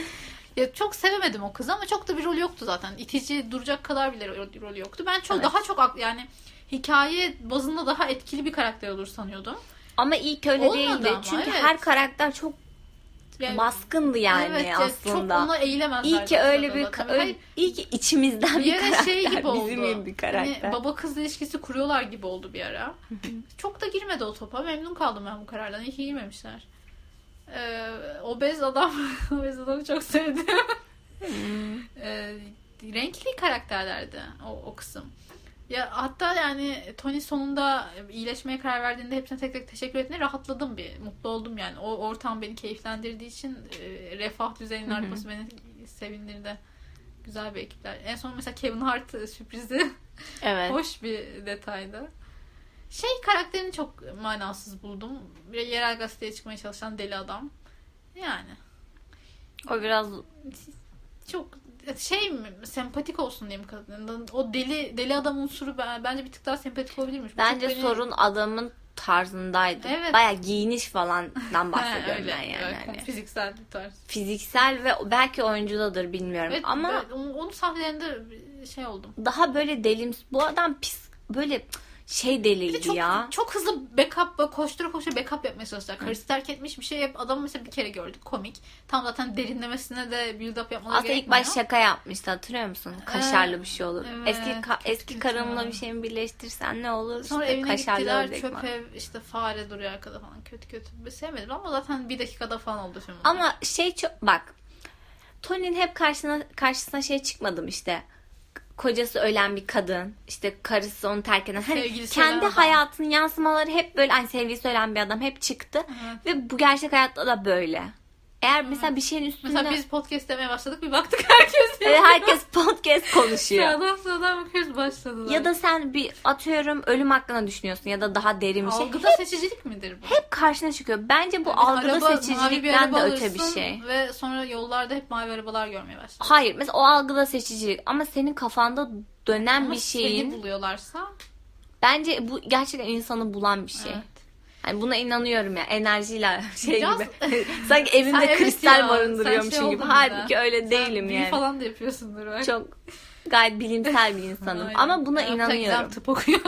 [SPEAKER 2] Ya çok sevemedim o kızı ama çok da bir rol yoktu zaten. İtici duracak kadar bile ro- rolü yoktu. Ben çok
[SPEAKER 1] Evet.
[SPEAKER 2] daha çok ak- yani hikaye bazında daha etkili bir karakter olur sanıyordum.
[SPEAKER 1] ama iyi köle
[SPEAKER 2] Olmadı
[SPEAKER 1] değildi.
[SPEAKER 2] ama,
[SPEAKER 1] Çünkü
[SPEAKER 2] evet.
[SPEAKER 1] her karakter çok
[SPEAKER 2] Yani-
[SPEAKER 1] baskındı yani
[SPEAKER 2] Evet, ya
[SPEAKER 1] aslında.
[SPEAKER 2] Çok ona eğilemezler.
[SPEAKER 1] İyi ki öyle bir ka- öyle,
[SPEAKER 2] Hayır,
[SPEAKER 1] iyi ki içimizden
[SPEAKER 2] bir
[SPEAKER 1] bir
[SPEAKER 2] ara
[SPEAKER 1] karakter,
[SPEAKER 2] şey gibi oldu.
[SPEAKER 1] bizim bir karakter.
[SPEAKER 2] Hani baba kız ilişkisi kuruyorlar gibi oldu bir
[SPEAKER 1] (laughs)
[SPEAKER 2] ara. Çok da girmedi o topa. Memnun kaldım ben bu karardan. İyi ki girmemişler. Ee, obez adam (laughs) obez adamı
[SPEAKER 1] (laughs)
[SPEAKER 2] çok sevdim. Ee, renkli karakterlerdi o, o kısım. Ya hatta yani Tony sonunda iyileşmeye karar verdiğinde hepsine tek tek teşekkür ettiğinde rahatladım bir. Mutlu oldum yani. O ortam beni keyiflendirdiği için e, refah düzeyinin
[SPEAKER 1] Hı hı.
[SPEAKER 2] artması beni sevindirdi. Güzel bir ekipler. En son mesela Kevin Hart e, sürprizi
[SPEAKER 1] evet.
[SPEAKER 2] hoş bir detaydı. Şey karakterini çok manasız buldum. Bir yerel gazeteye çıkmaya çalışan deli adam. Yani
[SPEAKER 1] O biraz
[SPEAKER 2] çok şey mi sempatik olsun diye mi kadın? O deli deli adam unsuru ben, bence bir tık daha sempatik olabilirmiş. Bu
[SPEAKER 1] bence
[SPEAKER 2] çok beni-
[SPEAKER 1] sorun adamın tarzındaydı.
[SPEAKER 2] Evet.
[SPEAKER 1] Baya giyiniş
[SPEAKER 2] (laughs)
[SPEAKER 1] falandan
[SPEAKER 2] Ha,
[SPEAKER 1] bahsediyorum
[SPEAKER 2] öyle,
[SPEAKER 1] ben yani.
[SPEAKER 2] öyle,
[SPEAKER 1] Hani
[SPEAKER 2] Fiziksel bir tarz.
[SPEAKER 1] Fiziksel ve belki oyuncudadır bilmiyorum
[SPEAKER 2] Evet,
[SPEAKER 1] ama
[SPEAKER 2] ama onun sahnelerinde şey oldum.
[SPEAKER 1] daha böyle delims bu adam pis böyle şey
[SPEAKER 2] Bir de
[SPEAKER 1] deliydi
[SPEAKER 2] çok,
[SPEAKER 1] ya.
[SPEAKER 2] çok hızlı backup böyle koştura koştura backup yapmaya çalıştılar. Karısı terk etmiş bir şey yap. Adamı mesela bir kere gördük. Komik. Tam zaten derinlemesine de build up yapmaları
[SPEAKER 1] Aslında ilk
[SPEAKER 2] gerekmiyor.
[SPEAKER 1] baş şaka yapmıştı hatırlıyor musun? Kaşarlı bir şey olur.
[SPEAKER 2] evet,
[SPEAKER 1] eski ka- eski
[SPEAKER 2] kötü.
[SPEAKER 1] karımla bir şeyimi birleştirsen ne olur?
[SPEAKER 2] Sonra
[SPEAKER 1] İşte
[SPEAKER 2] evine
[SPEAKER 1] kaşarlı
[SPEAKER 2] gittiler.
[SPEAKER 1] ördek
[SPEAKER 2] Çöp
[SPEAKER 1] var.
[SPEAKER 2] ev işte fare duruyor arkada falan. Kötü kötü. Bir sevmedim ama zaten bir dakikada falan oldu film.
[SPEAKER 1] Ama şey çok bak. Tony'nin hep karşısına karşısına şey çıkmadım işte. Kocası ölen bir kadın, işte karısı onu terk eden. Hani
[SPEAKER 2] Sevgilisi ölen
[SPEAKER 1] kendi
[SPEAKER 2] adam.
[SPEAKER 1] hayatının yansımaları hep böyle hani sevgilisi ölen bir adam hep çıktı
[SPEAKER 2] Evet.
[SPEAKER 1] ve bu gerçek hayatta da böyle. Eğer mesela bir şeyin üstünde
[SPEAKER 2] Mesela biz podcast demeye başladık bir baktık herkes.
[SPEAKER 1] (laughs) Evet,
[SPEAKER 2] (laughs)
[SPEAKER 1] herkes podcast konuşuyor.
[SPEAKER 2] Sıradan sıradan bakıyoruz başladılar.
[SPEAKER 1] ya da sen bir atıyorum ölüm hakkında düşünüyorsun ya da daha derin bir şey.
[SPEAKER 2] Algıda seçicilik midir bu?
[SPEAKER 1] Hep karşına çıkıyor. Bence bu
[SPEAKER 2] Bir
[SPEAKER 1] algıda
[SPEAKER 2] araba, mavi bir
[SPEAKER 1] seçicilikten de
[SPEAKER 2] araba
[SPEAKER 1] öte bir
[SPEAKER 2] alırsın
[SPEAKER 1] şey.
[SPEAKER 2] Ve sonra yollarda hep mavi arabalar görmeye başlar.
[SPEAKER 1] Hayır mesela o algıda seçicilik ama senin kafanda dönen
[SPEAKER 2] Ama
[SPEAKER 1] bir şeyin
[SPEAKER 2] seni buluyorlarsa
[SPEAKER 1] bence bu gerçekten insanı bulan bir şey.
[SPEAKER 2] evet.
[SPEAKER 1] Hani buna inanıyorum ya enerjiyle (laughs) şey
[SPEAKER 2] Biraz- (laughs)
[SPEAKER 1] gibi. Sanki evimde
[SPEAKER 2] Sen evet
[SPEAKER 1] kristal
[SPEAKER 2] ya, sen
[SPEAKER 1] barındırıyormuşum
[SPEAKER 2] şey
[SPEAKER 1] gibi.
[SPEAKER 2] oldun
[SPEAKER 1] Halbuki
[SPEAKER 2] ya.
[SPEAKER 1] öyle
[SPEAKER 2] Sen
[SPEAKER 1] değilim
[SPEAKER 2] büyü
[SPEAKER 1] yani.
[SPEAKER 2] falan da yapıyorsundur. belki.
[SPEAKER 1] Çok gayet bilimsel bir insanım
[SPEAKER 2] Aynen.
[SPEAKER 1] ama buna
[SPEAKER 2] Yapacak
[SPEAKER 1] inanıyorum. (laughs)
[SPEAKER 2] Tıp okuyor.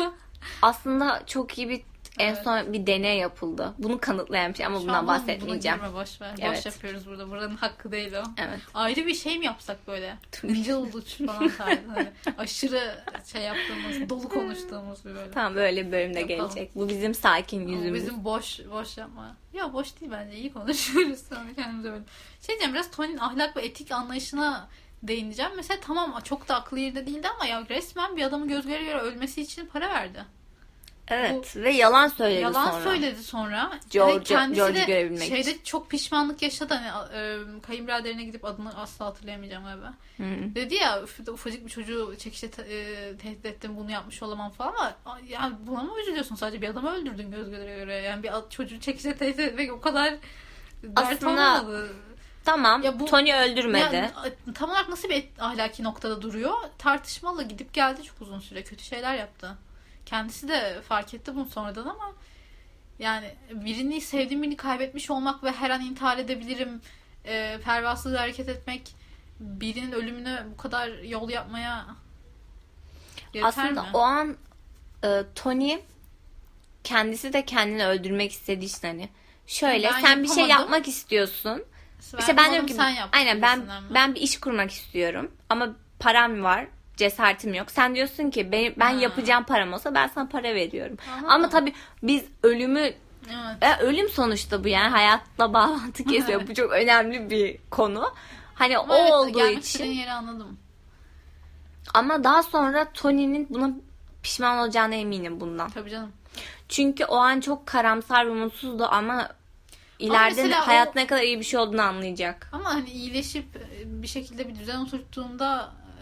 [SPEAKER 1] Aslında çok iyi bir en
[SPEAKER 2] Evet.
[SPEAKER 1] son bir deney yapıldı. Bunu kanıtlayan bir şey ama
[SPEAKER 2] Şu an
[SPEAKER 1] bundan
[SPEAKER 2] buna-
[SPEAKER 1] bahsetmeyeceğim.
[SPEAKER 2] Buna girme boş ver. Boş
[SPEAKER 1] Evet.
[SPEAKER 2] yapıyoruz burada. Buranın hakkı değil o.
[SPEAKER 1] Evet.
[SPEAKER 2] Ayrı bir şey mi yapsak böyle?
[SPEAKER 1] Tabii.
[SPEAKER 2] İnce uluç falan tarzı. Hani aşırı şey yaptığımız, dolu konuştuğumuz bir böyle.
[SPEAKER 1] Tamam böyle bir bölümde
[SPEAKER 2] Yapalım.
[SPEAKER 1] gelecek. Bu bizim sakin
[SPEAKER 2] Ama
[SPEAKER 1] yüzümüz.
[SPEAKER 2] Bizim boş boş yapma. Ya boş değil bence. iyi konuşuyoruz sonra kendimize böyle. Şey diyeceğim biraz Tony'nin ahlak ve etik anlayışına değineceğim. Mesela tamam çok da aklı yerinde değildi ama ya resmen bir adamın göz göre göre ölmesi için para verdi.
[SPEAKER 1] Evet ve yalan söyledi
[SPEAKER 2] Yalan
[SPEAKER 1] sonra.
[SPEAKER 2] söyledi sonra.
[SPEAKER 1] George-
[SPEAKER 2] Ve kendisi
[SPEAKER 1] George'u
[SPEAKER 2] de
[SPEAKER 1] görebilmek
[SPEAKER 2] şeyde çok pişmanlık yaşadı. Hani, e, kayınbiraderine gidip adını asla hatırlayamayacağım galiba.
[SPEAKER 1] Hı.
[SPEAKER 2] Dedi ya "Üf, ufacık bir çocuğu çekişe te- e, tehdit ettim bunu yapmış olamam falan ama a- ya buna mı üzülüyorsun sadece bir adamı öldürdün göz göre göre yani bir ad- çocuğu çekişe tehdit etmek o kadar dert
[SPEAKER 1] Aslında
[SPEAKER 2] olmadı.
[SPEAKER 1] Tamam.
[SPEAKER 2] Ya bu-
[SPEAKER 1] Tony öldürmedi.
[SPEAKER 2] Yani, a- tam olarak nasıl bir et- ahlaki noktada duruyor tartışmalı gidip geldi çok uzun süre kötü şeyler yaptı. Kendisi de fark etti bunu sonradan ama yani birini sevdiğim birini kaybetmiş olmak ve her an intihar edebilirim e, pervasız hareket etmek birinin ölümüne bu kadar yol yapmaya yeter
[SPEAKER 1] Aslında
[SPEAKER 2] mi?
[SPEAKER 1] o an e, Tony kendisi de kendini öldürmek istediği için hani şöyle
[SPEAKER 2] Ben
[SPEAKER 1] sen bir şey
[SPEAKER 2] yapamadım.
[SPEAKER 1] yapmak istiyorsun.
[SPEAKER 2] İşte
[SPEAKER 1] İşte ben diyorum
[SPEAKER 2] yapmadım,
[SPEAKER 1] ki
[SPEAKER 2] sen yaptın
[SPEAKER 1] aynen ben
[SPEAKER 2] gibisinden mi?
[SPEAKER 1] ben bir iş kurmak istiyorum ama param var, cesaretim yok. Sen diyorsun ki ben, ben
[SPEAKER 2] Ha.
[SPEAKER 1] yapacağım param olsa ben sana para veriyorum.
[SPEAKER 2] Aha.
[SPEAKER 1] Ama tabii biz ölümü
[SPEAKER 2] Evet.
[SPEAKER 1] E, ölüm sonuçta bu yani hayatla
[SPEAKER 2] (laughs)
[SPEAKER 1] bağlantı kesiyor. bu çok önemli bir konu. Hani
[SPEAKER 2] Ama
[SPEAKER 1] o
[SPEAKER 2] evet,
[SPEAKER 1] olduğu
[SPEAKER 2] gelmek
[SPEAKER 1] için
[SPEAKER 2] istediğin yeri anladım.
[SPEAKER 1] ama daha sonra Tony'nin buna pişman olacağına eminim bundan.
[SPEAKER 2] Tabii canım.
[SPEAKER 1] Çünkü o an çok karamsar ve mutsuzdu ama ileride
[SPEAKER 2] mesela
[SPEAKER 1] hayat
[SPEAKER 2] o-
[SPEAKER 1] ne kadar iyi bir şey olduğunu anlayacak.
[SPEAKER 2] Ama hani iyileşip e, bir şekilde bir düzen oturttuğunda e,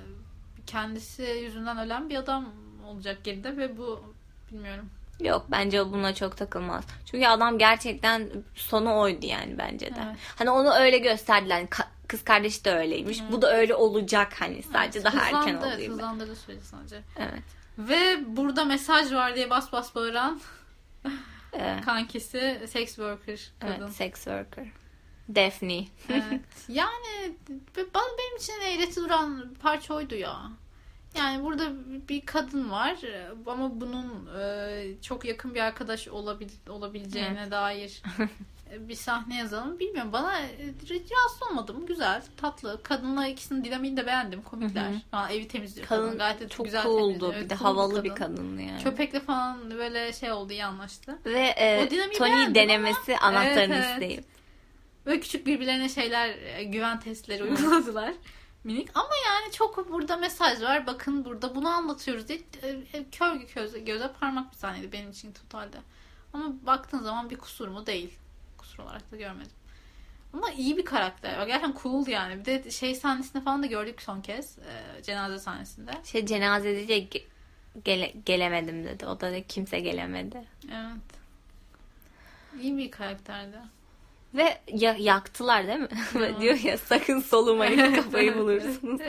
[SPEAKER 2] kendisi yüzünden ölen bir adam olacak geride ve bu bilmiyorum.
[SPEAKER 1] Yok bence o buna çok takılmaz. Çünkü adam gerçekten sonu oydu yani bence de.
[SPEAKER 2] Evet.
[SPEAKER 1] Hani onu öyle gösterdiler. Hani ka- kız kardeşi de öyleymiş. Bu da öyle olacak hani sadece
[SPEAKER 2] Evet,
[SPEAKER 1] daha erken
[SPEAKER 2] hızlandı,
[SPEAKER 1] oldu
[SPEAKER 2] evet,
[SPEAKER 1] gibi.
[SPEAKER 2] Hızlandırdı süreci sadece.
[SPEAKER 1] Evet.
[SPEAKER 2] Ve burada mesaj var diye bas bas bağıran
[SPEAKER 1] Ee,
[SPEAKER 2] kankisi sex worker kadın.
[SPEAKER 1] Evet, sex worker. Daphne.
[SPEAKER 2] Evet. (laughs) Yani be- bana- benim için eğreti duran parça oydu ya. Yani burada bir kadın var e, ama bunun e, çok yakın bir arkadaş olabil-
[SPEAKER 1] (laughs)
[SPEAKER 2] olabileceğine dair e, bir sahne yazalım. Bilmiyorum bana e, rahatsız olmadım. Güzel, tatlı. Kadınla ikisinin dinamiğini de beğendim. Komikler.
[SPEAKER 1] Hı hı.
[SPEAKER 2] Ha, evi temizliyor.
[SPEAKER 1] Kadın
[SPEAKER 2] gayet de
[SPEAKER 1] çok
[SPEAKER 2] güzel
[SPEAKER 1] cool'du.
[SPEAKER 2] temizliyor.
[SPEAKER 1] bir
[SPEAKER 2] Evet,
[SPEAKER 1] de
[SPEAKER 2] cool
[SPEAKER 1] havalı bir kadındı yani.
[SPEAKER 2] Köpekle falan böyle şey oldu iyi anlaştı.
[SPEAKER 1] Ve e,
[SPEAKER 2] O dinamiği beğendim
[SPEAKER 1] Tony'yi denemesi anahtarını
[SPEAKER 2] Evet, evet.
[SPEAKER 1] isteyip.
[SPEAKER 2] Böyle küçük birbirlerine şeyler e, güven testleri uyguladılar. (laughs) Minik ama yani çok burada mesaj var. Bakın burada bunu anlatıyoruz diye e, e, kör göze, göze parmak bir sahneydi benim için totalde. Ama baktığın zaman bir kusur mu değil. Kusur olarak da görmedim. Ama iyi bir karakter. Bak Gerçekten cool yani. Bir de şey sahnesinde falan da gördük son kez. e, cenaze sahnesinde.
[SPEAKER 1] Şey cenazede de ge- Gele- gelemedim dedi. O da kimse gelemedi.
[SPEAKER 2] Evet. İyi bir karakterdi.
[SPEAKER 1] Ve ya- yaktılar değil mi? (laughs) Diyor ya sakın
[SPEAKER 2] (laughs)
[SPEAKER 1] solumayın kafayı bulursunuz.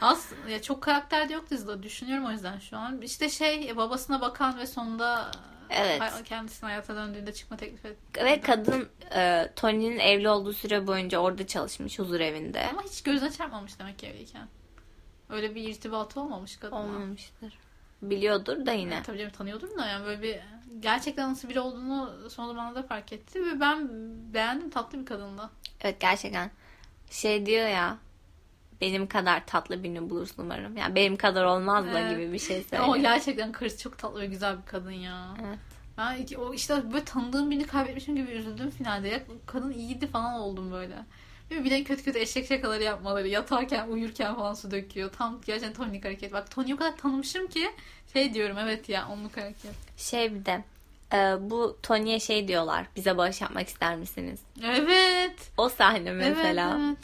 [SPEAKER 2] Az ya çok karakter de yok dizide düşünüyorum o yüzden şu an. İşte şey babasına bakan ve sonunda e,
[SPEAKER 1] Evet.
[SPEAKER 2] hay- kendisine hayata döndüğünde çıkma teklif et.
[SPEAKER 1] Ve kadın e, Tony'nin evli olduğu süre boyunca orada çalışmış huzur evinde.
[SPEAKER 2] Ama hiç gözüne çarpmamış demek ki evliyken. Öyle bir irtibatı olmamış kadına.
[SPEAKER 1] Olmamıştır. Biliyordur da yine.
[SPEAKER 2] Yani tabii canım tanıyordur da yani böyle bir gerçekten nasıl biri olduğunu son zamanlarda fark etti ve ben beğendim tatlı bir kadında.
[SPEAKER 1] Evet gerçekten. Şey diyor ya. Benim kadar tatlı birini bulursun umarım. Yani benim kadar olmaz da
[SPEAKER 2] Evet.
[SPEAKER 1] gibi bir şey
[SPEAKER 2] (laughs) O
[SPEAKER 1] söylüyor.
[SPEAKER 2] gerçekten karısı çok tatlı ve güzel bir kadın ya.
[SPEAKER 1] Evet.
[SPEAKER 2] Ben iki- o işte böyle tanıdığım birini kaybetmişim gibi üzüldüm finalde. Ya, kadın iyiydi falan oldum böyle. Ve bir de kötü kötü eşek şakaları yapmaları. Yatarken, uyurken falan su döküyor. Tam gerçekten Tony hareket. Bak Tony'yi o kadar tanımışım ki şey diyorum evet ya onluk hareket.
[SPEAKER 1] Şey bir de. e, bu Tony'ye şey diyorlar. Bize bağış yapmak ister misiniz?
[SPEAKER 2] Evet.
[SPEAKER 1] O sahne mesela.
[SPEAKER 2] Evet,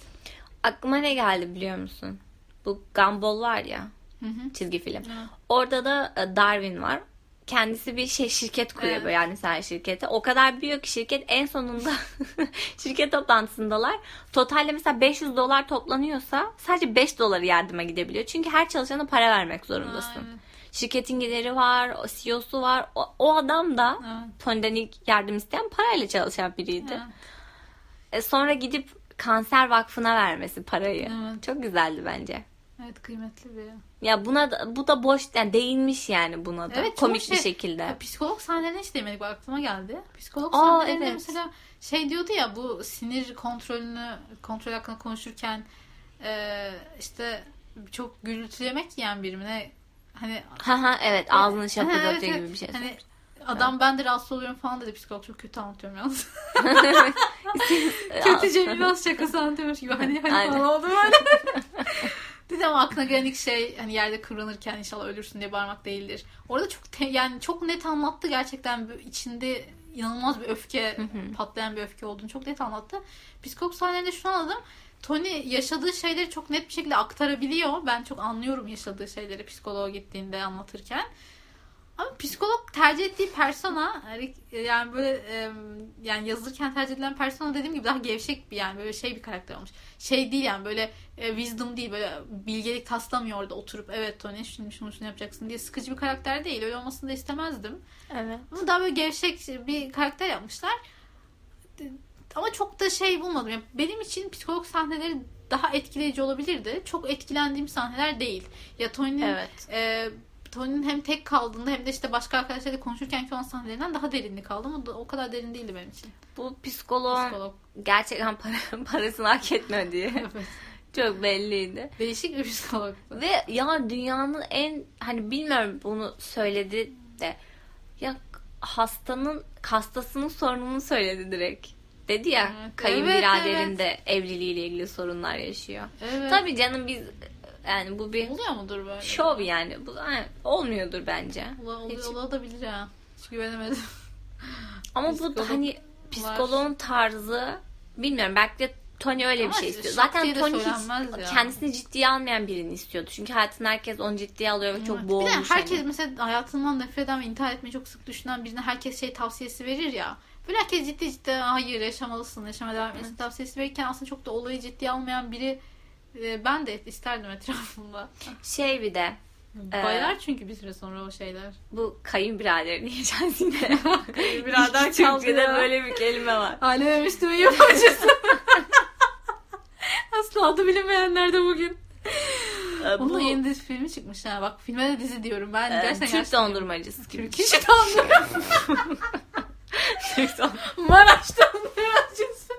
[SPEAKER 1] Aklıma ne geldi biliyor musun? Bu Gumball var ya.
[SPEAKER 2] evet. Hı hı.
[SPEAKER 1] Çizgi film.
[SPEAKER 2] Evet.
[SPEAKER 1] Orada da e, Darwin var. Kendisi bir şey şirket kuruyor
[SPEAKER 2] Evet.
[SPEAKER 1] böyle yani mesela şirkete. O kadar büyük ki şirket en sonunda (laughs) şirket toplantısındalar. Totalde mesela 500 dolar toplanıyorsa sadece 5 doları yardıma gidebiliyor. Çünkü her çalışana para vermek zorundasın.
[SPEAKER 2] Aa,
[SPEAKER 1] Şirketin gideri var, o CEO'su var. O, o adam da
[SPEAKER 2] evet. Evet.
[SPEAKER 1] Tony'den ilk yardım isteyen parayla çalışan biriydi.
[SPEAKER 2] Evet.
[SPEAKER 1] E, sonra gidip kanser vakfına vermesi parayı.
[SPEAKER 2] Evet.
[SPEAKER 1] Çok güzeldi bence.
[SPEAKER 2] Evet, kıymetli bir.
[SPEAKER 1] Ya buna da, bu da boş yani değinmiş yani buna da
[SPEAKER 2] Evet,
[SPEAKER 1] komik
[SPEAKER 2] çok
[SPEAKER 1] bir
[SPEAKER 2] şey-
[SPEAKER 1] şekilde.
[SPEAKER 2] Ya, psikolog sahnelerine hiç değmedik bak aklıma geldi. Psikolog
[SPEAKER 1] Aa,
[SPEAKER 2] sahnelerinde
[SPEAKER 1] evet.
[SPEAKER 2] mesela şey diyordu ya bu sinir kontrolünü kontrol hakkında konuşurken e, işte çok gürültü yemek yiyen birimine hani
[SPEAKER 1] Ha ha evet ağzını
[SPEAKER 2] Ha,
[SPEAKER 1] şapırdatıyor
[SPEAKER 2] evet, evet.
[SPEAKER 1] gibi bir şey. (laughs)
[SPEAKER 2] Hani (laughs) adam ben de rahatsız oluyorum falan dedi psikolog çok kötü
[SPEAKER 1] (laughs)
[SPEAKER 2] anlatıyorum yalnız.
[SPEAKER 1] Ağzı-
[SPEAKER 2] kötü Cemil biraz şakası anlatıyormuş gibi hani hani
[SPEAKER 1] Aynen.
[SPEAKER 2] falan oldu böyle. (laughs) Dedi ama aklına gelen ilk şey hani yerde kıvranırken inşallah ölürsün diye bağırmak değildir. Orada çok te- yani çok net anlattı gerçekten Bu içinde inanılmaz bir öfke patlayan bir öfke olduğunu çok net anlattı. Psikolog sahnelerinde şunu anladım. Tony yaşadığı şeyleri çok net bir şekilde aktarabiliyor. Ben çok anlıyorum yaşadığı şeyleri psikoloğa gittiğinde anlatırken. Ama psikolog tercih ettiği persona hani yani böyle e, yani yazılırken tercih edilen persona dediğim gibi daha gevşek bir yani böyle şey bir karakter olmuş. Şey değil yani böyle e, wisdom değil böyle bilgelik taslamıyor orada oturup evet Tony şimdi şunu şunu yapacaksın diye sıkıcı bir karakter değil. Öyle olmasını da istemezdim.
[SPEAKER 1] Evet.
[SPEAKER 2] Ama daha böyle gevşek bir karakter yapmışlar. Ama çok da şey bulmadım. Yani benim için psikolog sahneleri daha etkileyici olabilirdi. Çok etkilendiğim sahneler değil. Ya Tony'nin
[SPEAKER 1] Evet.
[SPEAKER 2] e, Tony'nin hem tek kaldığında hem de işte başka arkadaşlarla konuşurken ki olan sahnelerinden daha derinlik aldım. O, da, o kadar derin değildi benim için.
[SPEAKER 1] Bu psikoloğun
[SPEAKER 2] Psikolog. (laughs)
[SPEAKER 1] gerçekten para, (laughs) parasını hak etmediği (laughs)
[SPEAKER 2] Evet.
[SPEAKER 1] çok belliydi.
[SPEAKER 2] Değişik bir psikologdu.
[SPEAKER 1] Ve ya dünyanın en hani bilmiyorum bunu söyledi de ya hastanın hastasının sorununu söyledi direkt. Dedi ya
[SPEAKER 2] Evet,
[SPEAKER 1] kayınbiraderin
[SPEAKER 2] evet,
[SPEAKER 1] de evliliğiyle ilgili sorunlar yaşıyor.
[SPEAKER 2] Evet.
[SPEAKER 1] Tabii canım biz yani bu bir
[SPEAKER 2] Oluyor mudur böyle?
[SPEAKER 1] şov yani. Bu yani olmuyordur bence.
[SPEAKER 2] Ola, oluyor,
[SPEAKER 1] Hiç-
[SPEAKER 2] olabilir ha. Hiç güvenemedim.
[SPEAKER 1] Ama bu da
[SPEAKER 2] Psikolog
[SPEAKER 1] hani psikoloğun tarzı bilmiyorum belki de Tony öyle bir
[SPEAKER 2] Ama
[SPEAKER 1] şey
[SPEAKER 2] işte
[SPEAKER 1] istiyor.
[SPEAKER 2] şak
[SPEAKER 1] Zaten
[SPEAKER 2] diye de
[SPEAKER 1] Tony hiç
[SPEAKER 2] söylenmez ya.
[SPEAKER 1] kendisini ciddiye almayan birini istiyordu. Çünkü hayatında herkes onu ciddiye alıyor ve çok
[SPEAKER 2] Evet.
[SPEAKER 1] boğulmuş.
[SPEAKER 2] Bir de
[SPEAKER 1] hani.
[SPEAKER 2] herkes mesela hayatından nefret eden ve intihar etmeyi çok sık düşünen birine herkes şey tavsiyesi verir ya. Böyle herkes ciddi ciddi hayır yaşamalısın, yaşamaya devam etmesin tavsiyesi verirken aslında çok da olayı ciddiye almayan biri e, ben de isterdim etrafımda.
[SPEAKER 1] Şey bir de Ee,
[SPEAKER 2] Bayar çünkü bir süre sonra o şeyler.
[SPEAKER 1] bu (laughs) kayınbiraderini yiyeceğiz yine. (laughs)
[SPEAKER 2] Kayınbirader
[SPEAKER 1] Türkçe'de
[SPEAKER 2] çaldı.
[SPEAKER 1] böyle bir kelime var.
[SPEAKER 2] Alem Müslüm'ün yapıcısı. (laughs) Asla adı bilinmeyenler de bugün.
[SPEAKER 1] Ee,
[SPEAKER 2] Onun
[SPEAKER 1] bu
[SPEAKER 2] da yeni dizi filmi çıkmış ha. Bak filme de dizi diyorum. Ben
[SPEAKER 1] e,
[SPEAKER 2] gerçekten
[SPEAKER 1] Türk dondurmacısı gibi.
[SPEAKER 2] Türk işi dondurma. (laughs)
[SPEAKER 1] (laughs) Türk dondurmacısı.
[SPEAKER 2] Maraş dondurmacısı.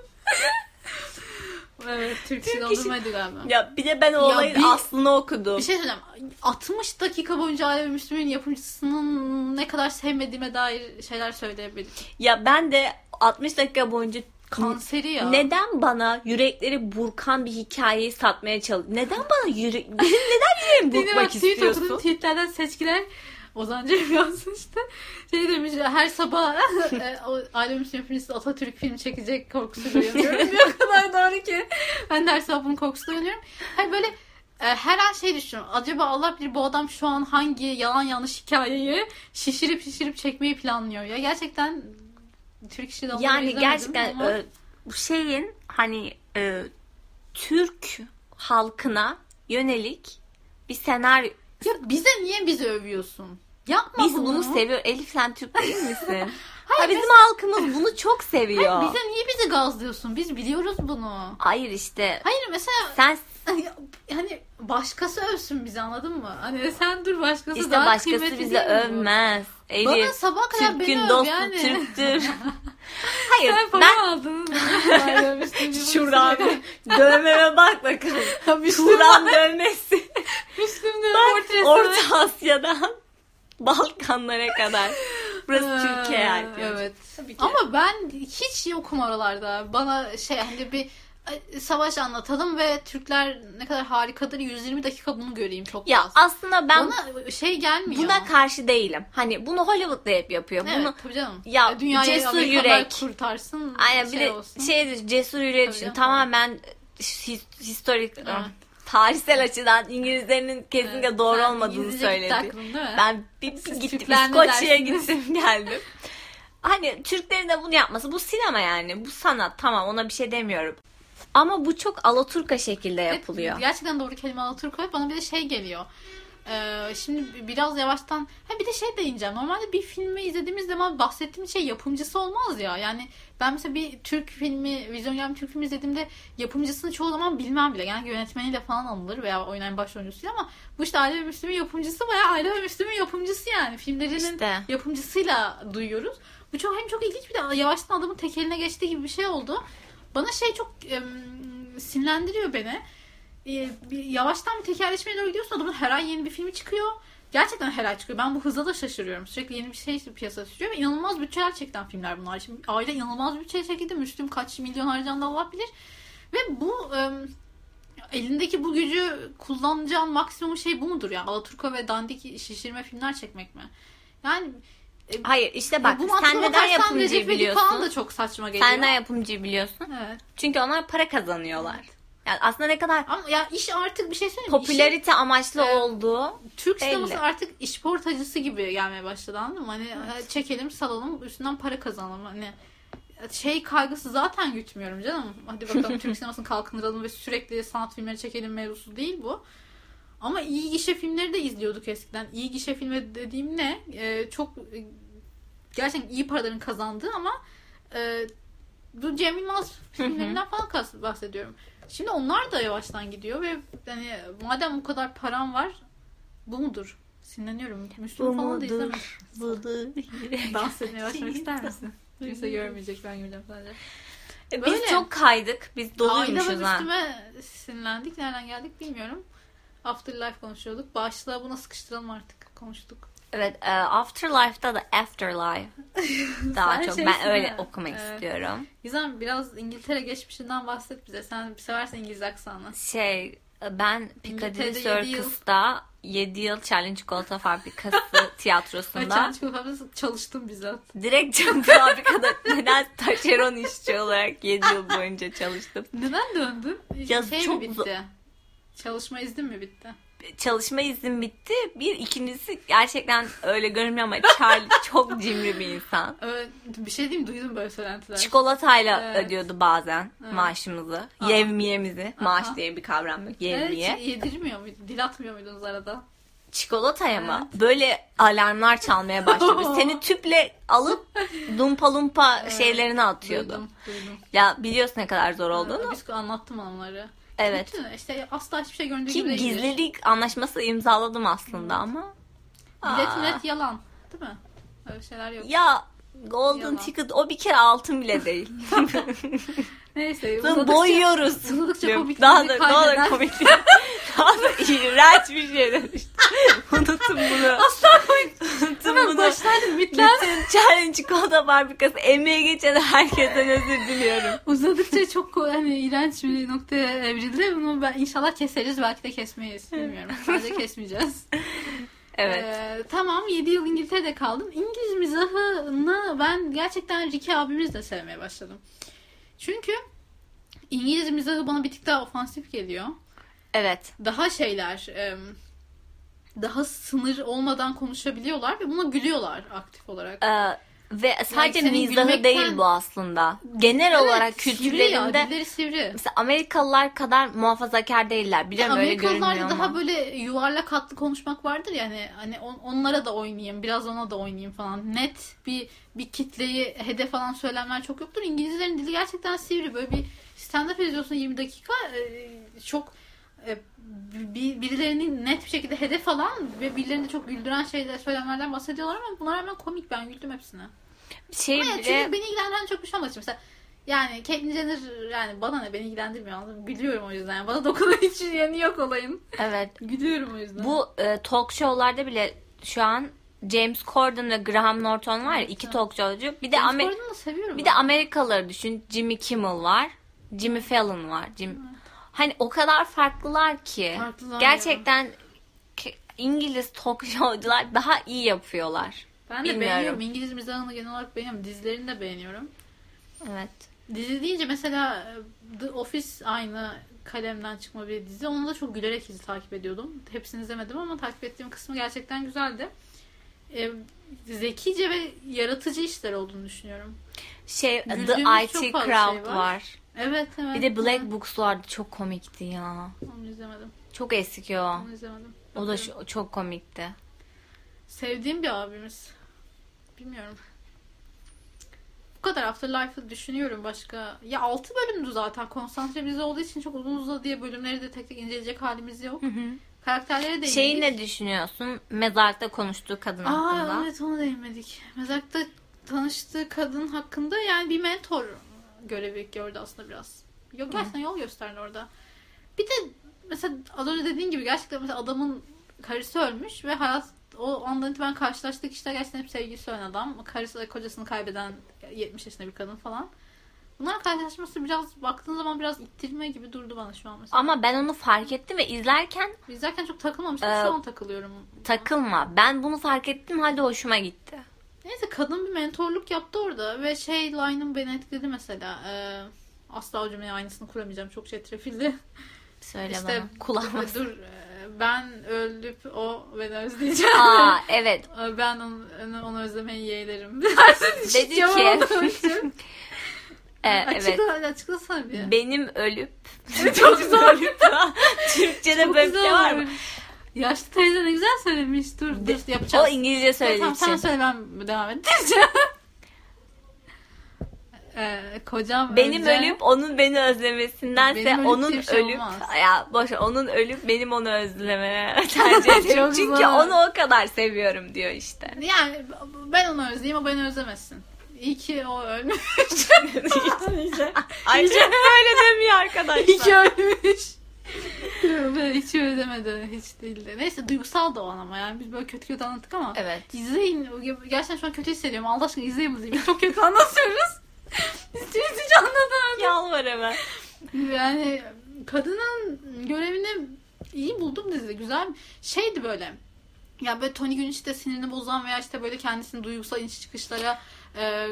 [SPEAKER 2] evet Türk işi
[SPEAKER 1] Türk işi-
[SPEAKER 2] dondurmaydı galiba.
[SPEAKER 1] Ya bir de ben o olayın
[SPEAKER 2] bir-
[SPEAKER 1] aslını okudum.
[SPEAKER 2] Bir şey söyleyeceğim. 60 dakika boyunca Alem Müslüm'ün yapımcısının ne kadar sevmediğime dair şeyler söyleyebilirim.
[SPEAKER 1] Ya ben de 60 dakika boyunca
[SPEAKER 2] Kanseri ya.
[SPEAKER 1] Neden bana yürekleri burkan bir hikayeyi satmaya çalışıyorsun? Neden bana yürek... (laughs) Benim neden yüreğimi
[SPEAKER 2] Yine bak
[SPEAKER 1] burkmak
[SPEAKER 2] tweet okudum.
[SPEAKER 1] istiyorsun?
[SPEAKER 2] Tweetlerden seçkiler Ozan Cem yazmış işte. Şey demiş her sabah (laughs) e, o Alem Şefrisi Atatürk
[SPEAKER 1] (laughs)
[SPEAKER 2] film çekecek korkusuyla uyanıyorum. ne kadar doğru ki. Ben de her sabah bunun korkusuyla uyanıyorum. Hani böyle e, her an şey düşünüyorum. Acaba Allah bilir bu adam şu an hangi yalan yanlış hikayeyi şişirip şişirip çekmeyi planlıyor ya. Gerçekten Türk işi de onları
[SPEAKER 1] Yani
[SPEAKER 2] izlemedim
[SPEAKER 1] gerçekten
[SPEAKER 2] ama-
[SPEAKER 1] e, bu şeyin hani e, Türk halkına yönelik bir senaryo.
[SPEAKER 2] Ya bize niye bizi övüyorsun? Yapma
[SPEAKER 1] Biz
[SPEAKER 2] bunu.
[SPEAKER 1] bunu seviyor. Elif sen Türk değil misin? ha,
[SPEAKER 2] (laughs) Hayır,
[SPEAKER 1] bizim halkımız bunu çok seviyor.
[SPEAKER 2] Hayır, bize niye bizi gazlıyorsun? Biz biliyoruz bunu.
[SPEAKER 1] Hayır işte
[SPEAKER 2] Hayır mesela
[SPEAKER 1] sen
[SPEAKER 2] hani başkası övsün bizi anladın mı? Hani sen dur başkası
[SPEAKER 1] işte
[SPEAKER 2] daha
[SPEAKER 1] başkası
[SPEAKER 2] kıymetli
[SPEAKER 1] bizi
[SPEAKER 2] değil mi?
[SPEAKER 1] övmez.
[SPEAKER 2] Bana
[SPEAKER 1] Elif
[SPEAKER 2] sabah kadar beni
[SPEAKER 1] Türk'ün
[SPEAKER 2] öv
[SPEAKER 1] dostu
[SPEAKER 2] (laughs) yani.
[SPEAKER 1] Türk'tür. Hayır
[SPEAKER 2] Sen para
[SPEAKER 1] ben
[SPEAKER 2] aldın.
[SPEAKER 1] (laughs)
[SPEAKER 2] Ben övmüştüm.
[SPEAKER 1] şurada abi dövmeme bak
[SPEAKER 2] (laughs)
[SPEAKER 1] bakalım. (laughs)
[SPEAKER 2] Müslüm,
[SPEAKER 1] Turan dövmesi.
[SPEAKER 2] Müslüm'ün portresi.
[SPEAKER 1] Orta Asya'dan (laughs) Balkanlara kadar. Burası
[SPEAKER 2] Ee,
[SPEAKER 1] Türkiye yani.
[SPEAKER 2] Evet.
[SPEAKER 1] Tabii ki.
[SPEAKER 2] Ama ben hiç yokum oralarda. Bana şey hani bir e, savaş anlatalım ve Türkler ne kadar harikadır 120 dakika bunu göreyim çok
[SPEAKER 1] Ya
[SPEAKER 2] fazla.
[SPEAKER 1] aslında ben
[SPEAKER 2] Bana şey gelmiyor.
[SPEAKER 1] buna karşı değilim. Hani bunu Hollywood'da hep yapıyor.
[SPEAKER 2] evet, E,
[SPEAKER 1] Bunu
[SPEAKER 2] tabii canım.
[SPEAKER 1] Ya,
[SPEAKER 2] Ya, Dünyayı
[SPEAKER 1] cesur
[SPEAKER 2] Amerikalılar
[SPEAKER 1] yürek.
[SPEAKER 2] kurtarsın.
[SPEAKER 1] Aynen bir
[SPEAKER 2] şey
[SPEAKER 1] de
[SPEAKER 2] olsun.
[SPEAKER 1] şeydir cesur yürek
[SPEAKER 2] Tabii
[SPEAKER 1] için
[SPEAKER 2] canım.
[SPEAKER 1] tamamen his- historik ah,
[SPEAKER 2] Evet.
[SPEAKER 1] tarihsel açıdan İngilizlerin kesinlikle
[SPEAKER 2] Evet,
[SPEAKER 1] doğru
[SPEAKER 2] sen
[SPEAKER 1] olmadığını
[SPEAKER 2] İngilizce gitti
[SPEAKER 1] söyledi.
[SPEAKER 2] aklın, değil mi?
[SPEAKER 1] Ben bir, bir
[SPEAKER 2] Siz
[SPEAKER 1] gittim
[SPEAKER 2] Türkler ne
[SPEAKER 1] İskoçya'ya
[SPEAKER 2] dersiniz?
[SPEAKER 1] gittim (laughs) geldim. Hani Türklerin de bunu yapması bu sinema yani bu sanat tamam ona bir şey demiyorum. Ama bu çok Alaturka şekilde
[SPEAKER 2] Evet,
[SPEAKER 1] yapılıyor.
[SPEAKER 2] gerçekten doğru kelime Alaturka ve bana bir de şey geliyor. Ee, şimdi bi- biraz yavaştan ha bir de şey değineceğim. Normalde bir filmi izlediğimiz zaman bahsettiğim şey yapımcısı olmaz ya. Yani ben mesela bir Türk filmi, vizyon gelen bir Türk filmi izlediğimde yapımcısını çoğu zaman bilmem bile. Yani yönetmeniyle falan anılır veya oynayan başrolcüsüyle ama bu işte Aile ve Müslüm'ün yapımcısı bayağı Aile ve Müslüm'ün yapımcısı yani. Filmlerinin
[SPEAKER 1] İşte.
[SPEAKER 2] yapımcısıyla duyuyoruz. Bu çok hem çok ilginç bir de yavaştan adamın tekeline geçtiği gibi bir şey oldu. Bana şey çok em, sinirlendiriyor beni. E, bir, yavaştan bir tekerleşmeye doğru gidiyorsun adamın her ay yeni bir filmi çıkıyor. Gerçekten her ay çıkıyor. Ben bu hıza da şaşırıyorum. Sürekli yeni bir şey piyasaya sürüyor ve inanılmaz bütçeler çeken filmler bunlar. Şimdi aile inanılmaz bütçe çekildi. Müslüm kaç milyon harcandı Allah bilir. Ve bu em, elindeki bu gücü kullanacağın maksimum şey bu mudur? Yani Alaturka ve dandik şişirme filmler çekmek mi? Yani
[SPEAKER 1] Hayır işte bak
[SPEAKER 2] bu
[SPEAKER 1] sen
[SPEAKER 2] mantığa
[SPEAKER 1] neden
[SPEAKER 2] bakarsan
[SPEAKER 1] yapımcıyı
[SPEAKER 2] Recep İvedik falan
[SPEAKER 1] biliyorsun?
[SPEAKER 2] da çok saçma geliyor.
[SPEAKER 1] Sen neden yapımcıyı biliyorsun?
[SPEAKER 2] Evet.
[SPEAKER 1] Çünkü onlar para kazanıyorlar. Yani aslında ne kadar
[SPEAKER 2] Ama ya iş artık bir şey söyleyeyim. mi? İşin-
[SPEAKER 1] popülarite amaçlı
[SPEAKER 2] Evet.
[SPEAKER 1] olduğu
[SPEAKER 2] Türk
[SPEAKER 1] Belli.
[SPEAKER 2] sineması artık iş portacısı gibi gelmeye başladı anladın mı? Hani e, çekelim salalım üstünden para kazanalım. Hani e, şey kaygısı zaten gütmüyorum canım. Hadi bakalım Türk sinemasını kalkındıralım ve sürekli sanat filmleri çekelim mevzusu değil bu. Ama iyi gişe filmleri de izliyorduk eskiden. İyi gişe filmi dediğim ne? E, çok e, gerçekten iyi paraların kazandığı ama e, bu Cem Yılmaz filmlerinden falan kas- bahsediyorum. Şimdi onlar da yavaştan gidiyor ve hani madem bu kadar param var bu mudur? Sinirleniyorum. Müslüm falan da izlemedim.
[SPEAKER 1] budur.
[SPEAKER 2] (laughs) Dans etmeye başlamak ister (laughs) misin? Kimse görmeyecek ben göreceğim sadece.
[SPEAKER 1] E, Biz
[SPEAKER 2] Böyle.
[SPEAKER 1] çok kaydık. Biz doluymuşuz
[SPEAKER 2] Ayda
[SPEAKER 1] ha.
[SPEAKER 2] üstüme sinirlendik. Nereden geldik bilmiyorum. Afterlife konuşuyorduk. Başlığa buna sıkıştıralım artık. Konuştuk.
[SPEAKER 1] Evet, e, Afterlife'da da
[SPEAKER 2] (laughs)
[SPEAKER 1] Afterlife. Daha
[SPEAKER 2] Sen
[SPEAKER 1] çok ben
[SPEAKER 2] şeysin
[SPEAKER 1] öyle
[SPEAKER 2] ha.
[SPEAKER 1] okumak
[SPEAKER 2] Evet.
[SPEAKER 1] istiyorum.
[SPEAKER 2] Gizem biraz İngiltere geçmişinden bahset bize. Sen seversen İngiliz aksanı.
[SPEAKER 1] Şey, e, ben Piccadilly
[SPEAKER 2] İngiltere'de yedi yıl-
[SPEAKER 1] Circus'ta 7 yıl Charlie Çikolata
[SPEAKER 2] (laughs)
[SPEAKER 1] Fabrikası tiyatrosunda
[SPEAKER 2] Açan çikolatamızı çalıştım bizzat.
[SPEAKER 1] direkt
[SPEAKER 2] (laughs)
[SPEAKER 1] cam fabrikada neden taşeron işçi olarak 7 yıl boyunca çalıştım.
[SPEAKER 2] Neden döndün?
[SPEAKER 1] Ya
[SPEAKER 2] şey
[SPEAKER 1] çok
[SPEAKER 2] mi bitti? Çalışma iznin mi bitti?
[SPEAKER 1] çalışma izin bitti. Bir ikincisi gerçekten öyle görünmüyor ama Charlie çok cimri bir insan.
[SPEAKER 2] Öyle, bir şey diyeyim duydum böyle söylentiler.
[SPEAKER 1] Çikolatayla
[SPEAKER 2] Evet.
[SPEAKER 1] ödüyordu bazen
[SPEAKER 2] Evet.
[SPEAKER 1] maaşımızı.
[SPEAKER 2] Aa.
[SPEAKER 1] Yevmiyemizi.
[SPEAKER 2] Aha.
[SPEAKER 1] Maaş diye bir kavram yok.
[SPEAKER 2] Evet,
[SPEAKER 1] Yevmiye.
[SPEAKER 2] yedirmiyor muydu? Dil atmıyor muydunuz arada?
[SPEAKER 1] Çikolataya mı? Böyle alarmlar çalmaya başlamış.
[SPEAKER 2] (laughs)
[SPEAKER 1] Seni tüple alıp lumpa lumpa
[SPEAKER 2] Evet.
[SPEAKER 1] şeylerini atıyordu.
[SPEAKER 2] Duydum, duydum.
[SPEAKER 1] Ya biliyorsun ne kadar zor
[SPEAKER 2] Ee,
[SPEAKER 1] olduğunu.
[SPEAKER 2] Biz anlattım onları.
[SPEAKER 1] Evet.
[SPEAKER 2] Bütün işte asla hiçbir şey göründüğü
[SPEAKER 1] Ki
[SPEAKER 2] gibi değil.
[SPEAKER 1] gizlilik anlaşması imzaladım aslında ama.
[SPEAKER 2] Bilet
[SPEAKER 1] Aa.
[SPEAKER 2] millet yalan. Değil mi? Öyle şeyler yok.
[SPEAKER 1] Ya Golden
[SPEAKER 2] Yalan.
[SPEAKER 1] Ticket o bir kere altın bile
[SPEAKER 2] (laughs)
[SPEAKER 1] değil.
[SPEAKER 2] Neyse.
[SPEAKER 1] Bunu
[SPEAKER 2] uzadıkça- (laughs)
[SPEAKER 1] boyuyoruz.
[SPEAKER 2] uzadıkça
[SPEAKER 1] Diyorum.
[SPEAKER 2] komikliğini
[SPEAKER 1] daha da, daha da
[SPEAKER 2] kaybeder.
[SPEAKER 1] komik. (laughs) daha da iğrenç bir şey (laughs) demiştim. Unutun bunu. Asla komik. Unutun
[SPEAKER 2] Hemen
[SPEAKER 1] bunu.
[SPEAKER 2] başlardım bitler.
[SPEAKER 1] (laughs) Bütün Charlie Çikolata Fabrikası emeği geçen herkesten özür diliyorum.
[SPEAKER 2] Uzadıkça çok ko- hani iğrenç bir noktaya evrildi. Bunu ben inşallah keseriz. Belki de kesmeyiz. Bilmiyorum. Sadece kesmeyeceğiz.
[SPEAKER 1] Evet.
[SPEAKER 2] Ee, tamam 7 yıl İngiltere'de kaldım. İngiliz mizahını ben gerçekten Ricky abimizle sevmeye başladım. Çünkü İngiliz mizahı bana bir tık daha ofansif geliyor.
[SPEAKER 1] Evet.
[SPEAKER 2] daha şeyler em, daha sınır olmadan konuşabiliyorlar ve buna gülüyorlar aktif olarak.
[SPEAKER 1] Ee, ve sadece
[SPEAKER 2] senin
[SPEAKER 1] mizahı
[SPEAKER 2] gülmekten-
[SPEAKER 1] değil bu aslında. Genel olarak
[SPEAKER 2] Evet, Sivri
[SPEAKER 1] kültürlerinde
[SPEAKER 2] ya, dilleri sivri.
[SPEAKER 1] mesela Amerikalılar kadar muhafazakar değiller. Biliyorum öyle görünüyor
[SPEAKER 2] Amerikalılarda
[SPEAKER 1] ama.
[SPEAKER 2] daha böyle yuvarlak hatlı konuşmak vardır ya hani, hani on- onlara da oynayayım biraz ona da oynayayım falan. Net bir bir kitleyi hedef alan söylemler çok yoktur. İngilizlerin dili gerçekten sivri. Böyle bir stand-up izliyorsun 20 dakika e, çok e, bi- birilerini net bir şekilde hedef alan ve birilerini de çok güldüren şeyler söylemlerden bahsediyorlar ama buna rağmen komik ben güldüm hepsine.
[SPEAKER 1] Şey
[SPEAKER 2] Hayır
[SPEAKER 1] bile-
[SPEAKER 2] çünkü beni ilgilendiren çok bir şey olmadı. Şimdi Mesela yani Caitlyn Jenner yani bana ne beni ilgilendirmiyor anladın mı? Gülüyorum o yüzden. Bana dokunan hiç yanı yok olayın.
[SPEAKER 1] evet.
[SPEAKER 2] Gülüyorum o yüzden.
[SPEAKER 1] Bu e, talk show'larda bile şu an James Corden ve Graham Norton var ya iki talk show'cu. Bir de
[SPEAKER 2] James
[SPEAKER 1] Amer-
[SPEAKER 2] Corden'ı da seviyorum.
[SPEAKER 1] bir de
[SPEAKER 2] ben.
[SPEAKER 1] Amerikalıları düşün. Jimmy Kimmel var. Jimmy Fallon var. Jim Hani o kadar farklılar ki.
[SPEAKER 2] Farklılar
[SPEAKER 1] gerçekten ki- İngiliz talk show'cular daha iyi yapıyorlar.
[SPEAKER 2] ben de
[SPEAKER 1] bilmiyorum.
[SPEAKER 2] beğeniyorum. İngiliz mizahını genel olarak beğeniyorum. Dizilerini de beğeniyorum.
[SPEAKER 1] Evet.
[SPEAKER 2] Dizi deyince mesela e, The Office aynı kalemden çıkma bir dizi. Onu da çok gülerek izi takip ediyordum. Hepsini izlemedim ama takip ettiğim kısmı gerçekten güzeldi. E, zekice ve yaratıcı işler olduğunu düşünüyorum.
[SPEAKER 1] Şey The
[SPEAKER 2] Güldüğümüz
[SPEAKER 1] IT
[SPEAKER 2] çok
[SPEAKER 1] Crowd
[SPEAKER 2] fazla şey
[SPEAKER 1] var.
[SPEAKER 2] var. Evet evet.
[SPEAKER 1] Bir de Black Books vardı. Çok komikti ya.
[SPEAKER 2] Onu izlemedim.
[SPEAKER 1] Çok eski o.
[SPEAKER 2] Onu izlemedim.
[SPEAKER 1] O da şu- çok komikti.
[SPEAKER 2] Sevdiğim bir abimiz. Bilmiyorum. Bu kadar Afterlife'ı düşünüyorum başka. Ya 6 bölümdü zaten. Konsantre bize olduğu için çok uzun uzadı diye bölümleri de tek tek inceleyecek halimiz yok. Karakterlere de
[SPEAKER 1] Şeyi Şey ne düşünüyorsun? Mezarlıkta konuştuğu kadın hakkında.
[SPEAKER 2] Aa evet ona değinmedik. Mezak'ta tanıştığı kadın hakkında yani bir mentor görevi gördü aslında biraz. Yok gerçekten yol gösterdi orada. Bir de mesela az önce dediğin gibi gerçekten mesela adamın karısı ölmüş ve hayat o andan itibaren karşılaştığı kişiler gerçekten hep sevgilisi olan adam. Karısı ve kocasını kaybeden 70 yaşında bir kadın falan. Bunlar karşılaşması biraz baktığın zaman biraz ittirme gibi durdu bana şu an mesela.
[SPEAKER 1] Ama ben onu fark ettim ve izlerken
[SPEAKER 2] İzlerken çok takılmamıştım.
[SPEAKER 1] Ee,
[SPEAKER 2] şu an takılıyorum.
[SPEAKER 1] takılma. Ben bunu fark ettim halde hoşuma gitti.
[SPEAKER 2] Neyse kadın bir mentorluk yaptı orada ve şey line'ım beni etkiledi mesela. Ee, asla o cümleyi aynısını kuramayacağım çok
[SPEAKER 1] (laughs)
[SPEAKER 2] çetrefilli.
[SPEAKER 1] Söyle
[SPEAKER 2] işte (laughs)
[SPEAKER 1] bana. Kulağıma.
[SPEAKER 2] dur e, ben öldüp o beni özleyeceğim.
[SPEAKER 1] Aa
[SPEAKER 2] (laughs)
[SPEAKER 1] evet.
[SPEAKER 2] Ee, ben onu, onu, onu
[SPEAKER 1] (laughs)
[SPEAKER 2] özlemeyi yeğlerim.
[SPEAKER 1] Dedi ki. (laughs) E, evet.
[SPEAKER 2] Açıkla, açıklasana bir.
[SPEAKER 1] Benim ölüp (laughs) çok zor. Türkçe'de
[SPEAKER 2] Çok
[SPEAKER 1] böyle bir şey
[SPEAKER 2] güzel
[SPEAKER 1] var mı?
[SPEAKER 2] olur. Yaşlı teyze ne güzel söylemiş. Dur dur
[SPEAKER 1] O
[SPEAKER 2] yapacağız.
[SPEAKER 1] İngilizce
[SPEAKER 2] tamam
[SPEAKER 1] söylediği
[SPEAKER 2] sen
[SPEAKER 1] için.
[SPEAKER 2] söyle ben
[SPEAKER 1] (laughs)
[SPEAKER 2] devam edeceğim. Ee, kocam
[SPEAKER 1] Benim
[SPEAKER 2] önce-
[SPEAKER 1] ölüp onun beni özlemesindense
[SPEAKER 2] Benim ölüp diye
[SPEAKER 1] onun
[SPEAKER 2] bir şey
[SPEAKER 1] ölüp
[SPEAKER 2] olmaz.
[SPEAKER 1] ya boş ver, onun ölüp benim onu özlememe (laughs) tercih ederim.
[SPEAKER 2] Çok
[SPEAKER 1] Çünkü
[SPEAKER 2] güzel.
[SPEAKER 1] onu o kadar seviyorum diyor
[SPEAKER 2] (laughs)
[SPEAKER 1] işte.
[SPEAKER 2] Yani ben onu özleyeyim ama beni özlemesin. İyi ki o ölmüş.
[SPEAKER 1] Ayrıca böyle demiyor arkadaşlar.
[SPEAKER 2] ölmüş. Ben hiç özlemedi hiç değil de. Neyse duygusal da o an ama yani biz böyle kötü kötü anlattık ama.
[SPEAKER 1] Evet.
[SPEAKER 2] İzleyin. Gerçekten şu an kötü hissediyorum. Allah aşkına izleyin bu diziyi. Çok kötü anlatıyoruz. Biz hiç hiç anlatamadık.
[SPEAKER 1] Yalvar hemen.
[SPEAKER 2] Yani kadının görevini iyi buldum dizide. Güzel şeydi böyle. Ya böyle Tony Günüç de sinirini bozan veya işte böyle kendisini duygusal iniş çıkışlara e,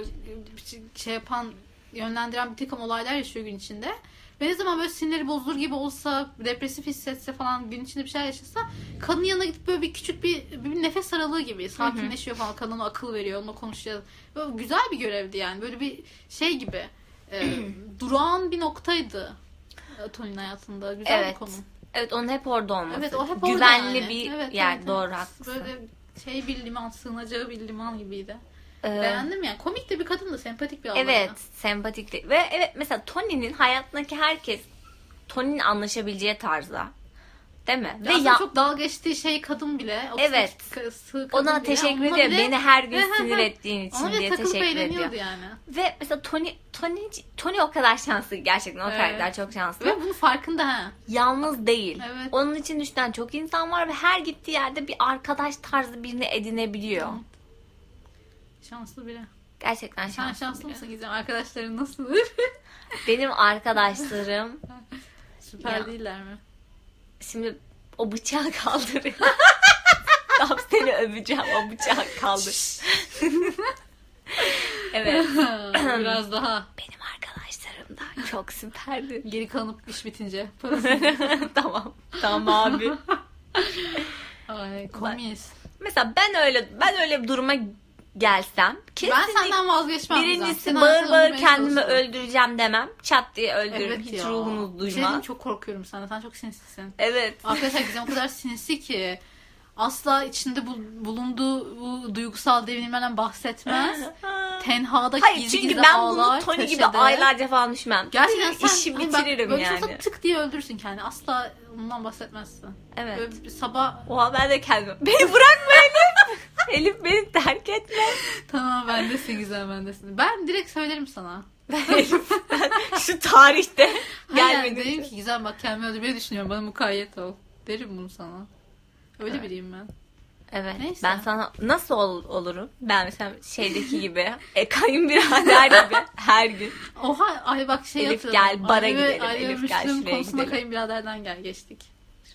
[SPEAKER 2] şey yapan yönlendiren bir takım olaylar yaşıyor gün içinde. Ve ne zaman böyle sinirleri bozulur gibi olsa, depresif hissetse falan gün içinde bir şeyler yaşasa kadının yanına gidip böyle bir küçük bir, bir nefes aralığı gibi sakinleşiyor falan. Kadına akıl veriyor, onunla konuşuyor. Böyle güzel bir görevdi yani. Böyle bir şey gibi
[SPEAKER 1] (clears throat)
[SPEAKER 2] e, durağan bir noktaydı e, Tony'nin hayatında. Güzel
[SPEAKER 1] Evet.
[SPEAKER 2] bir konu.
[SPEAKER 1] Evet onun hep orada olması.
[SPEAKER 2] Evet o hep orada
[SPEAKER 1] Güvenli
[SPEAKER 2] yani.
[SPEAKER 1] bir
[SPEAKER 2] Evet,
[SPEAKER 1] yer.
[SPEAKER 2] evet, evet.
[SPEAKER 1] Doğru haklısın.
[SPEAKER 2] Böyle şey bir liman, sığınacağı bir liman gibiydi.
[SPEAKER 1] Ee,
[SPEAKER 2] Beğendim yani. Komik de bir kadın da sempatik bir abla.
[SPEAKER 1] evet sempatik de- Ve evet mesela Tony'nin hayatındaki herkes Tony'nin anlaşabileceği tarzda. Değil mi?
[SPEAKER 2] Ve
[SPEAKER 1] Ve ya,
[SPEAKER 2] çok dalga geçtiği şey kadın bile. o
[SPEAKER 1] Evet.
[SPEAKER 2] sık- sığ kadın
[SPEAKER 1] ona
[SPEAKER 2] bile,
[SPEAKER 1] teşekkür
[SPEAKER 2] onunla
[SPEAKER 1] ediyorum.
[SPEAKER 2] bile-
[SPEAKER 1] Beni her gün
[SPEAKER 2] He, he, he.
[SPEAKER 1] sinir ettiğin için
[SPEAKER 2] Ona bile
[SPEAKER 1] diye
[SPEAKER 2] takılıp
[SPEAKER 1] teşekkür ediyor. (laughs)
[SPEAKER 2] eğleniyordu yani.
[SPEAKER 1] Ve mesela Tony Tony Tony o kadar şanslı gerçekten o
[SPEAKER 2] Evet.
[SPEAKER 1] karakter çok şanslı.
[SPEAKER 2] Ve bunun farkında ha.
[SPEAKER 1] yalnız değil.
[SPEAKER 2] Evet.
[SPEAKER 1] Onun için düşünen çok insan var ve her gittiği yerde bir arkadaş tarzı birini edinebiliyor.
[SPEAKER 2] Evet. Şanslı bile.
[SPEAKER 1] Gerçekten
[SPEAKER 2] Sen
[SPEAKER 1] şans.
[SPEAKER 2] şanslı mısın Gizem? Arkadaşların nasıldır?
[SPEAKER 1] (laughs) Benim arkadaşlarım
[SPEAKER 2] Süper
[SPEAKER 1] Ya.
[SPEAKER 2] değiller mi?
[SPEAKER 1] şimdi o bıçağı kaldırıyor. (laughs) Tam seni öveceğim o bıçağı kaldır. evet.
[SPEAKER 2] Biraz daha.
[SPEAKER 1] (laughs)
[SPEAKER 2] (laughs)
[SPEAKER 1] Benim arkadaşlarım da Çok süperdi.
[SPEAKER 2] Geri kalanıp iş bitince. Parası.
[SPEAKER 1] (laughs) tamam. Tamam abi.
[SPEAKER 2] Ay komiyes.
[SPEAKER 1] Mesela ben öyle ben öyle bir duruma gelsem
[SPEAKER 2] Ben
[SPEAKER 1] kesinlikle
[SPEAKER 2] senden vazgeçmem.
[SPEAKER 1] birincisi
[SPEAKER 2] Sen
[SPEAKER 1] bağır
[SPEAKER 2] hayatını
[SPEAKER 1] bağır
[SPEAKER 2] öldürmeye
[SPEAKER 1] kendimi
[SPEAKER 2] çalıştın.
[SPEAKER 1] öldüreceğim demem. Çat diye öldürürüm.
[SPEAKER 2] Evet
[SPEAKER 1] Hiç
[SPEAKER 2] ya.
[SPEAKER 1] ruhunuz
[SPEAKER 2] Bir şey diyeyim,
[SPEAKER 1] duymaz.
[SPEAKER 2] çok korkuyorum senden. Sen çok sinsisin.
[SPEAKER 1] Evet.
[SPEAKER 2] Arkadaşlar Gizem o kadar sinsi ki asla içinde bul- bulunduğu bu duygusal
[SPEAKER 1] (laughs)
[SPEAKER 2] devinimlerden bahsetmez. Tenhada
[SPEAKER 1] Hayır
[SPEAKER 2] gizli
[SPEAKER 1] çünkü
[SPEAKER 2] gizli
[SPEAKER 1] ben
[SPEAKER 2] ağlar
[SPEAKER 1] bunu Tony gibi
[SPEAKER 2] köşede.
[SPEAKER 1] aylarca falan düşünmem.
[SPEAKER 2] Gerçekten sen
[SPEAKER 1] işi
[SPEAKER 2] hani bak,
[SPEAKER 1] bitiririm
[SPEAKER 2] böyle
[SPEAKER 1] yani.
[SPEAKER 2] çok tık diye öldürürsün kendini. Asla ondan bahsetmezsin.
[SPEAKER 1] Evet.
[SPEAKER 2] Böyle bir sabah
[SPEAKER 1] Oha ben de
[SPEAKER 2] (laughs)
[SPEAKER 1] kendim. Beni bırakma Elif. Elif beni terk etme.
[SPEAKER 2] tamam bendesin Gizem bendesin. Ben direkt söylerim sana.
[SPEAKER 1] Ben Elif. ben şu tarihte
[SPEAKER 2] Hayır
[SPEAKER 1] gelmedim.
[SPEAKER 2] derim ki Gizem bak kendimi öldürmeyi düşünüyorum. Bana mukayyet ol. Derim bunu sana. Öyle
[SPEAKER 1] Evet.
[SPEAKER 2] biriyim ben.
[SPEAKER 1] Evet.
[SPEAKER 2] Neyse.
[SPEAKER 1] Ben sana nasıl ol- olurum? Ben mesela şeydeki gibi, e, kayınbirader
[SPEAKER 2] (laughs)
[SPEAKER 1] gibi her gün.
[SPEAKER 2] Oha ay bak şey
[SPEAKER 1] Elif
[SPEAKER 2] hatırladım.
[SPEAKER 1] gel, bara
[SPEAKER 2] Ay ve-
[SPEAKER 1] gidelim.
[SPEAKER 2] ay ve
[SPEAKER 1] Elif gel,
[SPEAKER 2] Müslüm
[SPEAKER 1] şuraya
[SPEAKER 2] konusunda
[SPEAKER 1] gidelim.
[SPEAKER 2] kayınbiraderden gel geçtik.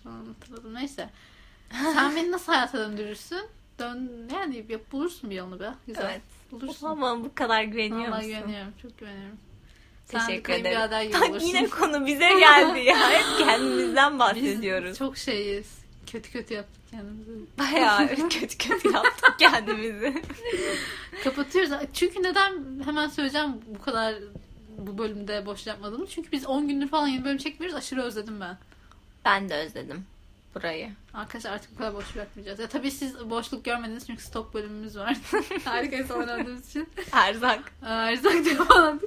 [SPEAKER 2] Şu an hatırladım neyse. Sen beni nasıl hayata döndürürsün? Dön yani yap, bulursun bir yolunu be. Güzel.
[SPEAKER 1] Evet.
[SPEAKER 2] Bulursun.
[SPEAKER 1] Ama bu kadar güveniyor
[SPEAKER 2] Vallahi
[SPEAKER 1] musun?
[SPEAKER 2] güveniyorum. Çok güveniyorum. Sen
[SPEAKER 1] Teşekkür
[SPEAKER 2] bir kayınbirader
[SPEAKER 1] ederim.
[SPEAKER 2] gibi
[SPEAKER 1] Bak
[SPEAKER 2] olursun.
[SPEAKER 1] yine konu bize geldi
[SPEAKER 2] (laughs)
[SPEAKER 1] ya. Hep kendimizden
[SPEAKER 2] Biz
[SPEAKER 1] bahsediyoruz.
[SPEAKER 2] çok şeyiz. Kötü kötü yaptık kendimizi. (laughs)
[SPEAKER 1] Bayağı kötü kötü yaptık kendimizi.
[SPEAKER 2] Kapatıyoruz. Çünkü neden hemen söyleyeceğim bu kadar bu bölümde boş yapmadığımı. Çünkü biz 10 gündür falan yeni bölüm çekmiyoruz. Aşırı özledim ben.
[SPEAKER 1] Ben de özledim burayı.
[SPEAKER 2] Arkadaşlar artık bu kadar boş bırakmayacağız. Ya tabii siz boşluk görmediniz çünkü stok bölümümüz var. (laughs) Harika insanlar olduğumuz için.
[SPEAKER 1] Erzak.
[SPEAKER 2] Aa, Erzak diye falan.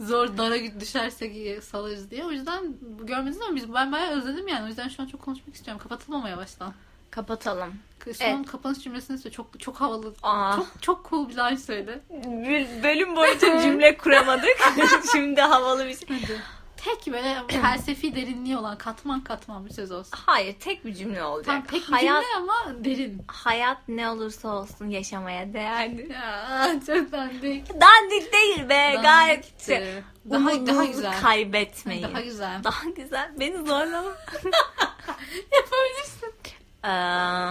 [SPEAKER 2] Zor dara düşersek iyi salarız diye. O yüzden bu görmediniz ama biz ben bayağı özledim yani. O yüzden şu an çok konuşmak istiyorum. Kapatalım ama yavaştan.
[SPEAKER 1] Kapatalım.
[SPEAKER 2] Son
[SPEAKER 1] Evet.
[SPEAKER 2] kapanış cümlesini söyle. Çok çok havalı.
[SPEAKER 1] Aa.
[SPEAKER 2] Çok çok cool bir line söyle.
[SPEAKER 1] Böl- Bölüm
[SPEAKER 2] (laughs)
[SPEAKER 1] boyunca cümle kuramadık. (laughs) Şimdi havalı bir şey.
[SPEAKER 2] Hadi. Tek böyle felsefi derinliği olan katman katman bir söz olsun.
[SPEAKER 1] Hayır tek bir cümle olacak.
[SPEAKER 2] Tam pek bir
[SPEAKER 1] hayat,
[SPEAKER 2] cümle ama derin.
[SPEAKER 1] hayat ne olursa olsun yaşamaya değerdir.
[SPEAKER 2] Ya, çok dandik.
[SPEAKER 1] Dandik değil be gayet. Şey,
[SPEAKER 2] Dandikti. Daha, daha güzel.
[SPEAKER 1] kaybetmeyin.
[SPEAKER 2] Daha güzel.
[SPEAKER 1] Daha güzel. Beni
[SPEAKER 2] (laughs)
[SPEAKER 1] zorlama. (laughs)
[SPEAKER 2] Yapabilirsin.
[SPEAKER 1] Ee,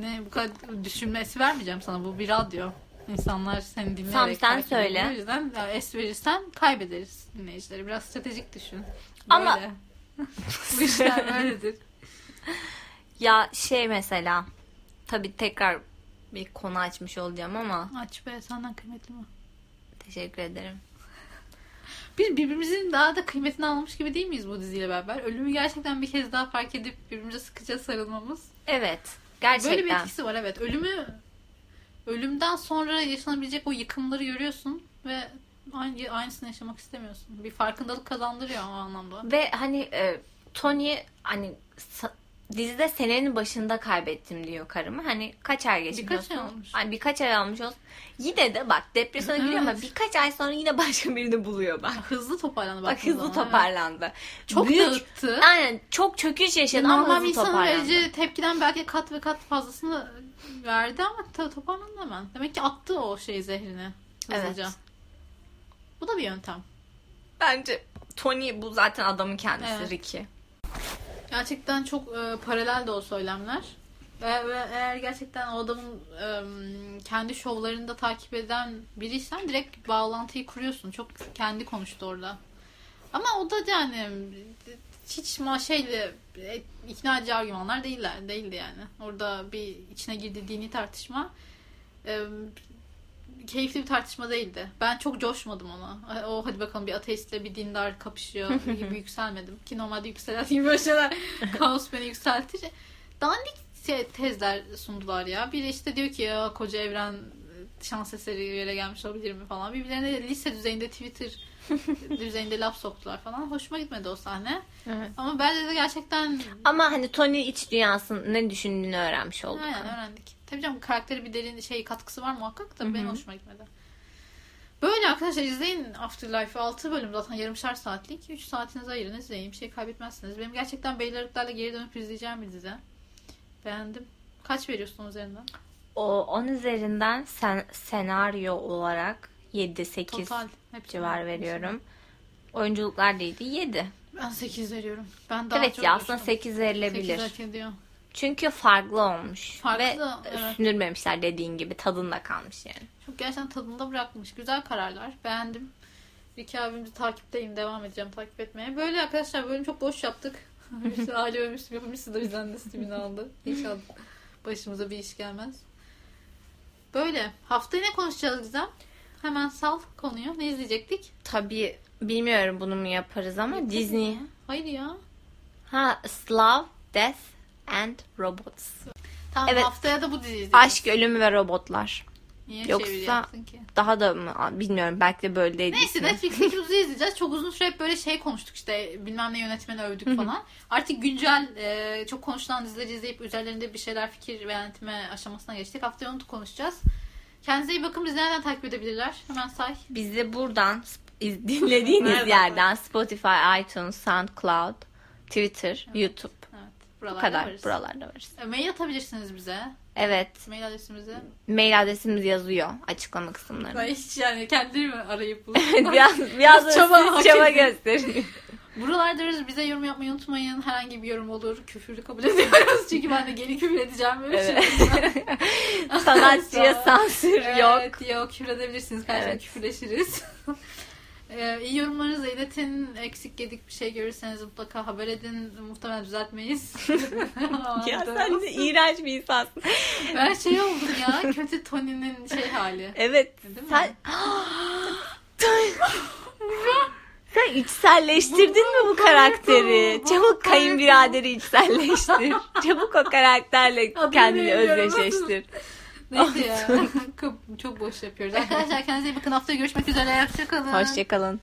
[SPEAKER 2] Ne bu kadar düşünmesi vermeyeceğim sana. Bu bir radyo. İnsanlar seni dinleyerek.
[SPEAKER 1] Tamam, sen
[SPEAKER 2] takip ediyor.
[SPEAKER 1] söyle.
[SPEAKER 2] O yüzden ya, es verirsen kaybederiz dinleyicileri. Biraz stratejik düşün. Böyle.
[SPEAKER 1] Ama-
[SPEAKER 2] bu işler böyledir.
[SPEAKER 1] (laughs) ya şey mesela tabii tekrar bir konu açmış olacağım ama
[SPEAKER 2] Aç be senden kıymetli mi?
[SPEAKER 1] teşekkür ederim.
[SPEAKER 2] Biz birbirimizin daha da kıymetini anlamış gibi değil miyiz bu diziyle beraber? Ölümü gerçekten bir kez daha fark edip birbirimize sıkıca sarılmamız.
[SPEAKER 1] Evet. Gerçekten.
[SPEAKER 2] Böyle bir etkisi var evet. Ölümü ölümden sonra yaşanabilecek o yıkımları görüyorsun ve aynı aynısını yaşamak istemiyorsun. Bir farkındalık kazandırıyor o anlamda.
[SPEAKER 1] Ve hani e, Tony hani sa- dizide senenin başında kaybettim diyor karımı. Hani kaç ay geçmiş
[SPEAKER 2] Birkaç ay
[SPEAKER 1] olsun?
[SPEAKER 2] olmuş.
[SPEAKER 1] Hani birkaç ay almış olsun. Yine de bak
[SPEAKER 2] (laughs)
[SPEAKER 1] depresyona giriyor ama
[SPEAKER 2] Evet.
[SPEAKER 1] birkaç ay sonra yine başka birini buluyor bak.
[SPEAKER 2] Hızlı toparlandı
[SPEAKER 1] Bak
[SPEAKER 2] baktığın
[SPEAKER 1] hızlı
[SPEAKER 2] zaman, evet.
[SPEAKER 1] toparlandı.
[SPEAKER 2] Çok
[SPEAKER 1] Büyük-
[SPEAKER 2] dağıttı.
[SPEAKER 1] Aynen çok çöküş yaşadı ama
[SPEAKER 2] Normal bir
[SPEAKER 1] hızlı
[SPEAKER 2] insanın
[SPEAKER 1] toparlandı.
[SPEAKER 2] vereceği tepkiden belki kat ve kat fazlasını verdi ama ta- toparlandı hemen. Demek ki attı o şey zehrini hızlıca.
[SPEAKER 1] Evet.
[SPEAKER 2] Bu da bir yöntem.
[SPEAKER 1] Bence Tony bu zaten adamın kendisi
[SPEAKER 2] Evet.
[SPEAKER 1] Ricky.
[SPEAKER 2] Gerçekten çok e, paralel de o söylemler. Ve, ve eğer gerçekten o adamın e, kendi şovlarını da takip eden biriysen direkt bağlantıyı kuruyorsun. Çok kendi konuştu orada. Ama o da yani hiç ma şeyle e, ikna edici argümanlar değiller, değildi yani. Orada bir içine girdiği dini tartışma e, keyifli bir tartışma değildi. Ben çok coşmadım ona. E, O hadi bakalım bir ateistle bir dindar kapışıyor gibi yükselmedim. Ki normalde yükselen (laughs) gibi böyle şeyler (laughs) kaos beni yükseltir. Dandik şey- tezler sundular ya. Biri işte diyor ki ya koca evren e, şans eseri yere gelmiş olabilir mi falan. Birbirlerine lise düzeyinde Twitter düzeyinde laf soktular falan. Hoşuma gitmedi o sahne.
[SPEAKER 1] Evet.
[SPEAKER 2] Ama bence de gerçekten
[SPEAKER 1] Ama hani Tony iç dünyasının ne düşündüğünü öğrenmiş olduk.
[SPEAKER 2] Aynen öğrendik. Tabii canım karakteri bir derin şey katkısı var muhakkak da
[SPEAKER 1] Hı hı.
[SPEAKER 2] benim hoşuma gitmedi. Böyle arkadaşlar izleyin Afterlife 6 bölüm zaten yarımşar saatlik. 3 saatinizi ayırın izleyin. Bir şey kaybetmezsiniz. Benim gerçekten beylerliklerle geri dönüp izleyeceğim bir dizi. Beğendim. Kaç veriyorsun onun üzerinden?
[SPEAKER 1] O 10 üzerinden sen, senaryo olarak 7-8
[SPEAKER 2] Total. Hep
[SPEAKER 1] civar veriyorum. Oyunculuklar değildi 7.
[SPEAKER 2] Ben 8 veriyorum. Ben daha
[SPEAKER 1] evet
[SPEAKER 2] çok
[SPEAKER 1] ya aslında
[SPEAKER 2] düştüm.
[SPEAKER 1] 8 verilebilir.
[SPEAKER 2] Sekiz hak ediyor.
[SPEAKER 1] Çünkü farklı olmuş.
[SPEAKER 2] Farklı,
[SPEAKER 1] Ve
[SPEAKER 2] evet.
[SPEAKER 1] sünürmemişler dediğin gibi tadında kalmış yani.
[SPEAKER 2] Çok gerçekten tadında bırakmış. Güzel kararlar. Beğendim. Riki abimizi takipteyim. Devam edeceğim takip etmeye. Böyle arkadaşlar bölüm çok boş yaptık. (laughs) Birisi aile ölmüştü. Yapmıştı da bizden nasibini aldı. İnşallah başımıza bir iş gelmez. Böyle. Haftaya ne konuşacağız Gizem? Hemen sal konuyu. Ne izleyecektik?
[SPEAKER 1] Tabii bilmiyorum bunu mu yaparız ama Disney.
[SPEAKER 2] Hayır ya.
[SPEAKER 1] Ha Slav, Death and Robots.
[SPEAKER 2] Tamam
[SPEAKER 1] Evet.
[SPEAKER 2] haftaya da bu diziyi izleyeceğiz.
[SPEAKER 1] Aşk, ölüm ve robotlar.
[SPEAKER 2] Niye
[SPEAKER 1] Yoksa-
[SPEAKER 2] çeviri yaptın ki?
[SPEAKER 1] Daha da mı bilmiyorum belki de böyle değil.
[SPEAKER 2] Neyse
[SPEAKER 1] ismi.
[SPEAKER 2] Netflix'teki diziyi izleyeceğiz. Çok uzun süre hep böyle şey konuştuk işte bilmem ne yönetmeni övdük falan. Artık güncel e, çok konuşulan dizileri izleyip üzerlerinde bir şeyler fikir ve yönetme aşamasına geçtik. Haftaya onu da konuşacağız. Kendinize iyi bakın. Bizi nereden takip edebilirler? Hemen say.
[SPEAKER 1] Bizi buradan sp- iz- dinlediğiniz
[SPEAKER 2] Nereden?
[SPEAKER 1] yerden Spotify, iTunes, SoundCloud, Twitter, YouTube
[SPEAKER 2] Evet.
[SPEAKER 1] bu
[SPEAKER 2] Buralarda
[SPEAKER 1] kadar
[SPEAKER 2] varız.
[SPEAKER 1] buralarda varız.
[SPEAKER 2] E, mail atabilirsiniz bize.
[SPEAKER 1] Evet.
[SPEAKER 2] Mail adresimizi.
[SPEAKER 1] Mail adresimiz yazıyor açıklama kısımlarında. (laughs)
[SPEAKER 2] Ben hiç yani kendimi arayıp bulup.
[SPEAKER 1] biraz biraz da
[SPEAKER 2] çaba
[SPEAKER 1] siz
[SPEAKER 2] hak
[SPEAKER 1] çaba
[SPEAKER 2] edin.
[SPEAKER 1] gösterin.
[SPEAKER 2] Buralardayız. Bize yorum yapmayı unutmayın. Herhangi bir yorum olur. Küfürlü kabul (laughs) ediyoruz. Çünkü ben de geri küfür edeceğim. Böyle
[SPEAKER 1] Evet. (laughs)
[SPEAKER 2] şey. (laughs)
[SPEAKER 1] Sanatçıya
[SPEAKER 2] Sağ-
[SPEAKER 1] sansür yok.
[SPEAKER 2] Evet, yok küfredebilirsiniz. Karşıda
[SPEAKER 1] Evet.
[SPEAKER 2] küfürleşiriz. (laughs) ee, iyi yorumlarınızı iletin. Eksik yedik bir şey görürseniz mutlaka haber edin.
[SPEAKER 1] (laughs)
[SPEAKER 2] Muhtemelen düzeltmeyiz.
[SPEAKER 1] Ya sen de iğrenç bir insansın.
[SPEAKER 2] Ben şey oldum ya. Kötü Tony'nin şey hali.
[SPEAKER 1] Evet.
[SPEAKER 2] Değil mi?
[SPEAKER 1] Sen... sen içselleştirdin mi bu karakteri?
[SPEAKER 2] bu
[SPEAKER 1] Çabuk
[SPEAKER 2] karakteri.
[SPEAKER 1] kayınbiraderi içselleştir.
[SPEAKER 2] (laughs)
[SPEAKER 1] Çabuk o karakterle
[SPEAKER 2] Adını
[SPEAKER 1] kendini
[SPEAKER 2] bilmiyorum.
[SPEAKER 1] özdeşleştir. (laughs)
[SPEAKER 2] Neyse ya. Çok boş yapıyoruz. Arkadaşlar kendinize iyi bakın. Haftaya görüşmek üzere. Hoşçakalın.
[SPEAKER 1] Hoşçakalın.